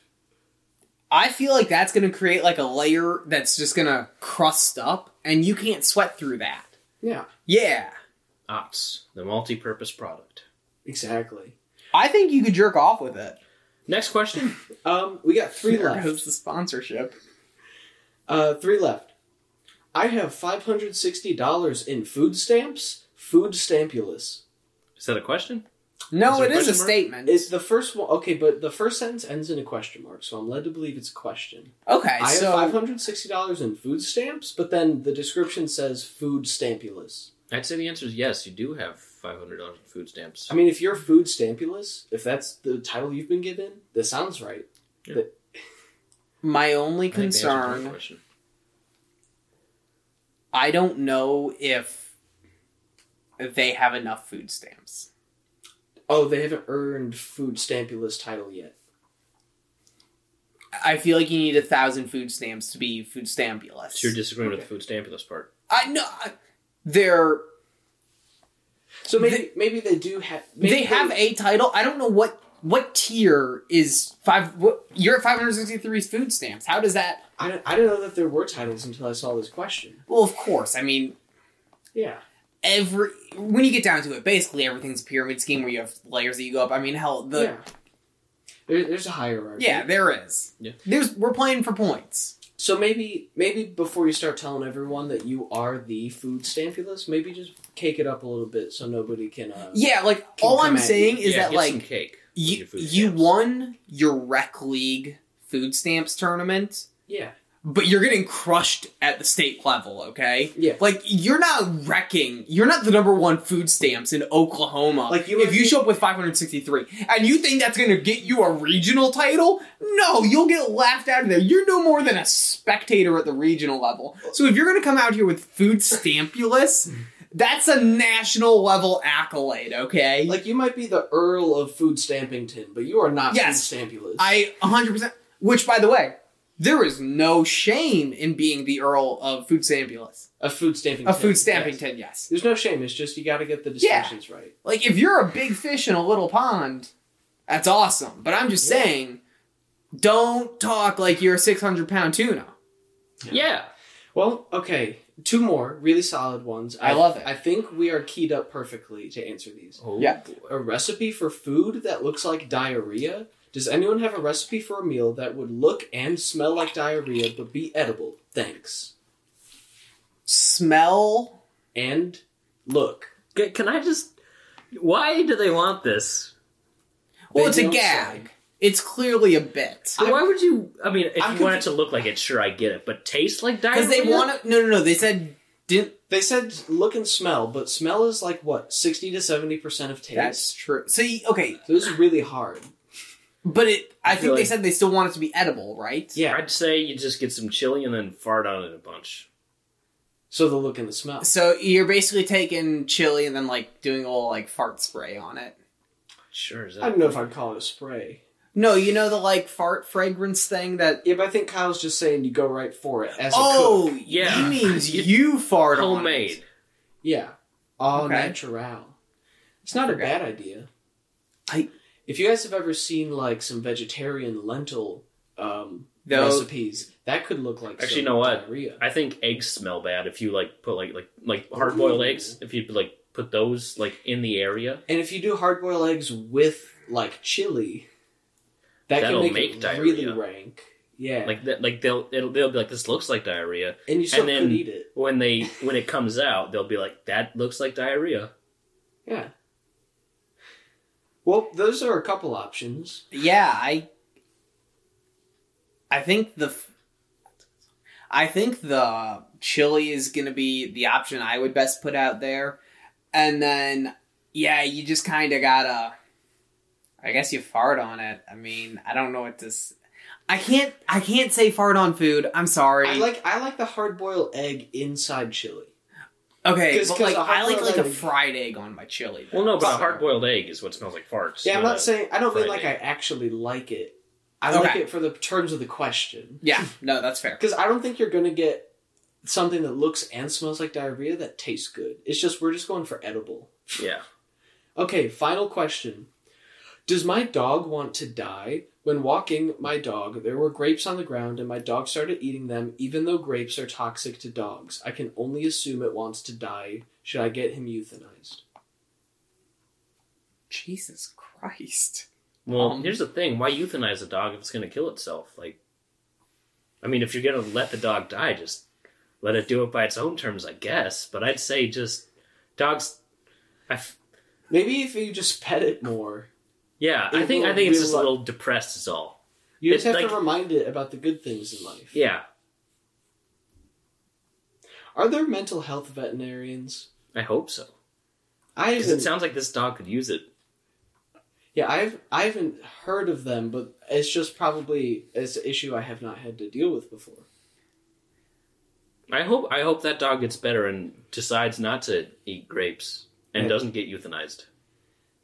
Speaker 3: i feel like that's gonna create like a layer that's just gonna crust up and you can't sweat through that
Speaker 1: yeah,
Speaker 3: yeah
Speaker 2: Ots, the multi-purpose product.
Speaker 1: exactly.
Speaker 3: i think you could jerk off with it
Speaker 2: Next question.
Speaker 1: Um, we got three
Speaker 3: there
Speaker 1: left.
Speaker 3: goes the sponsorship
Speaker 1: Uh, three left. I have five hundred sixty dollars in food stamps. Food stampulus
Speaker 2: Is that a question?
Speaker 3: no
Speaker 2: Is there
Speaker 3: it
Speaker 2: a
Speaker 3: is a
Speaker 2: question mark?
Speaker 3: statement
Speaker 1: is the first one. Okay, but the first sentence ends in a question mark, so I'm led to believe it's a question.
Speaker 3: okay
Speaker 1: I
Speaker 3: so
Speaker 1: have five hundred sixty dollars in food stamps, but then the description says food stampulus.
Speaker 2: I'd say the answer is yes. You do have five hundred dollars in food stamps.
Speaker 1: I mean, if you're food stampulus, if that's the title you've been given, that sounds right.
Speaker 3: my only
Speaker 2: I think the answer is no
Speaker 3: concern
Speaker 2: question.
Speaker 3: i don't know if they have enough food stamps
Speaker 1: Oh, they haven't earned food stampulus title yet.
Speaker 3: i feel like you need a thousand food stamps to be food stampulous
Speaker 2: So you're disagreeing with the food stampulus part.
Speaker 3: i know they're
Speaker 1: So maybe maybe they do have. Maybe
Speaker 3: they have a title. I don't know what what tier is five. What, you're at five hundred sixty three food stamps. How does that?
Speaker 1: I don't, I didn't know that there were titles until I saw this question.
Speaker 3: Well, of course. I mean,
Speaker 1: Yeah,
Speaker 3: every when you get down to it, basically everything's a pyramid scheme where you have layers that you go up. I mean, hell, the yeah,
Speaker 1: yeah. There, there's a hierarchy.
Speaker 3: there is.
Speaker 2: Yeah.
Speaker 3: There's we're playing for points.
Speaker 1: So maybe maybe before you start telling everyone that you are the food stampulus, maybe just cake it up a little bit so nobody can. Uh,
Speaker 3: Yeah, like
Speaker 1: Can
Speaker 3: all
Speaker 1: come
Speaker 3: I'm
Speaker 1: at
Speaker 3: saying is
Speaker 2: yeah,
Speaker 3: that
Speaker 2: get some
Speaker 3: like
Speaker 2: cake. with
Speaker 3: you
Speaker 2: your food
Speaker 3: you
Speaker 2: stamps.
Speaker 3: won your rec league food stamps tournament.
Speaker 1: yeah.
Speaker 3: but you're getting crushed at the state level, okay?
Speaker 1: Yeah.
Speaker 3: Like you're not wrecking. You're not the number one food stamps in Oklahoma.
Speaker 1: Like, you
Speaker 3: if
Speaker 1: would
Speaker 3: you
Speaker 1: be-
Speaker 3: show up with 563 and you think that's going to get you a regional title, no, you'll get laughed out of there. You're no more than a spectator at the regional level. So if you're going to come out here with food stampulus, that's a national level accolade, okay?
Speaker 1: Like you might be the Earl of Food Stampington, but you are not
Speaker 3: Yes.
Speaker 1: Food Stampulus.
Speaker 3: I 100%. Which, by the way, there is no shame in being the Earl of Food Stampulus.
Speaker 1: a food stamping.
Speaker 3: A food
Speaker 1: stamping.
Speaker 3: stamping tin, yes.
Speaker 1: There's no shame. It's just you got to get the
Speaker 3: Yeah.
Speaker 1: distinctions right.
Speaker 3: Like if you're a big fish in a little pond, that's awesome. But I'm just
Speaker 1: Yeah.
Speaker 3: saying, don't talk like you're a 600 pound tuna.
Speaker 2: yeah.
Speaker 1: Well, okay, two more really solid ones.
Speaker 3: I love it.
Speaker 1: I think we are keyed up perfectly to answer these.
Speaker 2: Oh,
Speaker 3: Yeah.
Speaker 2: boy.
Speaker 1: A recipe for food that looks like diarrhea. Does anyone have a recipe for a meal that would look and smell like diarrhea but be edible? Thanks.
Speaker 3: Smell.
Speaker 1: And look.
Speaker 2: Can- Can I just? Why do they want this?
Speaker 3: Well,
Speaker 1: They
Speaker 3: it's a
Speaker 1: don't
Speaker 3: gag.
Speaker 1: say.
Speaker 3: It's clearly a bit
Speaker 1: I'm-
Speaker 2: Why would you? I mean, if
Speaker 1: I'm
Speaker 2: you want it to look like it, sure, I get it. But taste like diarrhea?
Speaker 3: because they want to. No, no, no. They said didn't
Speaker 1: They said look and smell, but smell is like what sixty to seventy percent of taste.
Speaker 3: That's true. See, okay,
Speaker 1: so this is really hard.
Speaker 3: but it. I,
Speaker 2: I
Speaker 3: think
Speaker 2: feel
Speaker 3: they
Speaker 2: like-
Speaker 3: said they still want it to be edible, right?
Speaker 1: Yeah.
Speaker 2: I'd say you just get some chili and then fart on it a bunch.
Speaker 1: So the look and the smell.
Speaker 3: So you're basically taking chili and then like doing a little like fart spray on it.
Speaker 2: Sure is
Speaker 1: I
Speaker 2: that.
Speaker 1: don't know if I'd call it a spray.
Speaker 3: No, you know the like fart fragrance thing that.
Speaker 1: Yeah, but I think Kyle's just saying you go right for it as a cook.
Speaker 3: Oh,
Speaker 2: Yeah.
Speaker 3: He means
Speaker 2: You-
Speaker 3: you fart on it.
Speaker 2: Homemade.
Speaker 1: Yeah. All
Speaker 3: Okay.
Speaker 1: natural. It's not a
Speaker 3: Forgot.
Speaker 1: bad idea.
Speaker 3: I-
Speaker 1: if you guys have ever seen like some vegetarian lentil um,
Speaker 3: Though-
Speaker 1: recipes, that could look like
Speaker 2: Actually,
Speaker 1: some
Speaker 2: you know what?
Speaker 1: diarrhea.
Speaker 2: I think eggs smell bad if you like put like like like hard boiled
Speaker 1: Ooh.
Speaker 2: eggs. If you like put those like in the area,
Speaker 1: And if you do hard boiled eggs with like chili, that
Speaker 2: That'll
Speaker 1: can make,
Speaker 2: make
Speaker 1: it
Speaker 2: diarrhea.
Speaker 1: really rank. Yeah,
Speaker 2: like that, like they'll it'll, they'll be like this looks like diarrhea.
Speaker 1: and you still
Speaker 2: and then-
Speaker 1: could eat it.
Speaker 2: When they when it comes out, they'll be like that looks like diarrhea.
Speaker 1: Yeah. Well, those are a couple options.
Speaker 3: Yeah, I. I think the. f- I think the chili is going to be the option I would best put out there, and then yeah, you just kind of gotta. I guess you fart on it. I mean, I don't know what this. I can't. I can't say fart on food. I'm sorry.
Speaker 1: I like I like the hard boiled egg inside chili.
Speaker 3: okay,
Speaker 1: 'cause-
Speaker 3: but
Speaker 1: 'cause
Speaker 3: like
Speaker 1: a
Speaker 3: I like
Speaker 1: hard-boiled
Speaker 3: like a
Speaker 1: egg-
Speaker 3: fried egg on my chili.
Speaker 2: Well, no, but a
Speaker 1: Fuck.
Speaker 2: hard boiled egg is what smells like farts.
Speaker 1: Yeah, I'm
Speaker 2: not
Speaker 1: not saying I don't mean
Speaker 2: fried
Speaker 1: like I actually like it. I
Speaker 3: Okay.
Speaker 1: like it for the terms of the question
Speaker 3: Yeah, no, that's fair.
Speaker 1: because I don't think you're gonna get something that looks and smells like diarrhea that tastes good. It's just we're just going for edible.
Speaker 2: a- yeah.
Speaker 1: Okay, final question: Does my dog want to die? When walking my dog, there were grapes on the ground, and my dog started eating them. Even though grapes are toxic to dogs, I can only assume it wants to die. Should I get him euthanized?
Speaker 3: Jesus Christ.
Speaker 2: Well,
Speaker 3: Um,
Speaker 2: here's the thing: why euthanize a dog if it's going to kill itself? Like, I mean, if you're going to let the dog die, just let it do it by its own terms, I guess. But I'd say just dogs. I f-
Speaker 1: Maybe if you just pet it more,
Speaker 2: yeah, I
Speaker 1: It
Speaker 2: think I
Speaker 1: will
Speaker 2: think it's
Speaker 1: be
Speaker 2: just a
Speaker 1: like-
Speaker 2: little depressed, is all.
Speaker 1: You
Speaker 2: It's
Speaker 1: just have to
Speaker 2: like-
Speaker 1: remind it about the good things in life.
Speaker 2: Yeah,
Speaker 1: Are there mental health veterinarians?
Speaker 2: I hope so.
Speaker 1: I
Speaker 2: 'Cause it
Speaker 1: haven't.
Speaker 2: sounds like this dog could use it.
Speaker 1: yeah, I've I haven't heard of them, but it's just probably it's an issue I have not had to deal with before.
Speaker 2: I hope I hope that dog gets better and decides not to eat grapes and
Speaker 1: Yeah.
Speaker 2: doesn't get euthanized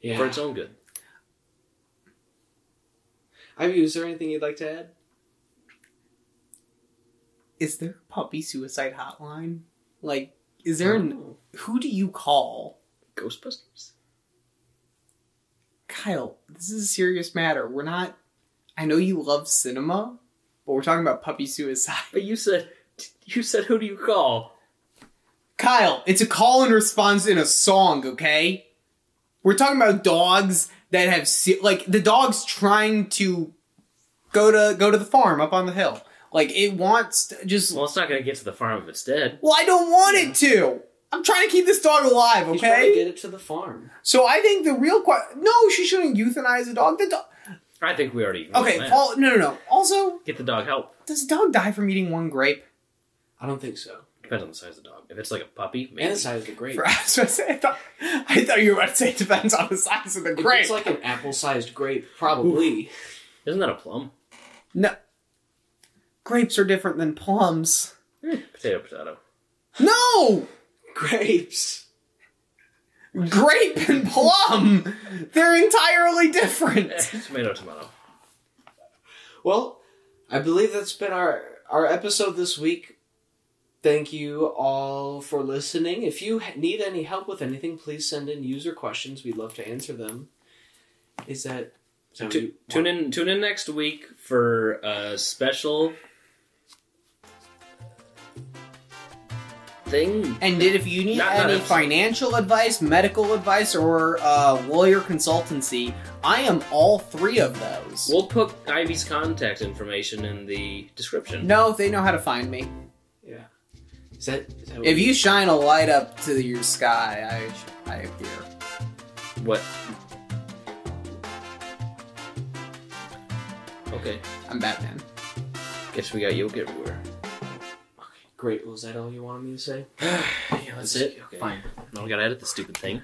Speaker 1: Yeah.
Speaker 2: for its own good.
Speaker 1: Ivy, is there anything you'd like to add?
Speaker 3: is there a puppy suicide hotline? Like, is there an who do you call?
Speaker 2: Ghostbusters.
Speaker 3: Kyle, this is a serious matter. We're not. I know you love cinema, but we're talking about puppy suicide.
Speaker 2: But you said you said who do you call?
Speaker 3: Kyle, it's a call and response in a song, okay? We're talking about dogs that have se- like the dog's trying to go to go to the farm up on the hill. Like it wants to just.
Speaker 2: Well, it's not going to get to the farm if it's dead.
Speaker 3: Well, I don't want it to. I'm trying to keep this dog alive, okay?
Speaker 1: He's trying to get it to the farm.
Speaker 3: So I think the real question. No, she shouldn't euthanize a dog. The dog.
Speaker 2: I think we already
Speaker 3: Okay.
Speaker 2: went.
Speaker 3: All, no, no, no. Also,
Speaker 2: Get the dog help.
Speaker 3: does a dog die from eating one grape?
Speaker 1: I don't think so.
Speaker 2: Depends on the size of the dog. If it's like a puppy,
Speaker 1: And
Speaker 2: maybe.
Speaker 1: the size of the grape.
Speaker 3: I was gonna say, I thought, I thought you were about to say it depends on the size of the
Speaker 1: If
Speaker 3: grape.
Speaker 1: It's like an apple-sized grape, probably.
Speaker 2: Isn't that a plum?
Speaker 3: no, grapes are different than plums.
Speaker 1: Hmm.
Speaker 2: Eh, potato, potato.
Speaker 3: No,
Speaker 1: Grapes.
Speaker 3: grape and plum. They're entirely different.
Speaker 2: Eh, tomato, tomato.
Speaker 1: Well, I believe that's been our our episode this week. Thank you all for listening. If you ha- need any help with anything, please send in user questions. We'd love to answer them. Is that so?
Speaker 2: Tu- tune in, tune in next week for a special thing.
Speaker 3: And did if you need
Speaker 2: Not- not
Speaker 3: any
Speaker 2: absolute.
Speaker 3: financial advice, medical advice, or uh, lawyer consultancy, I am all three of those.
Speaker 2: We'll put Ivy's contact information in the description.
Speaker 3: No, they know how to find me.
Speaker 1: Yeah. Is that, is that what-
Speaker 3: If you shine a light up to your sky, I, I appear.
Speaker 2: What? Okay.
Speaker 3: I'm Batman.
Speaker 2: Guess we got yoke everywhere.
Speaker 1: Okay, great. Great. Was that all you wanted me to say?
Speaker 2: yeah,
Speaker 1: That's it?
Speaker 2: Okay.
Speaker 1: Fine.
Speaker 2: Now we gotta edit the stupid thing.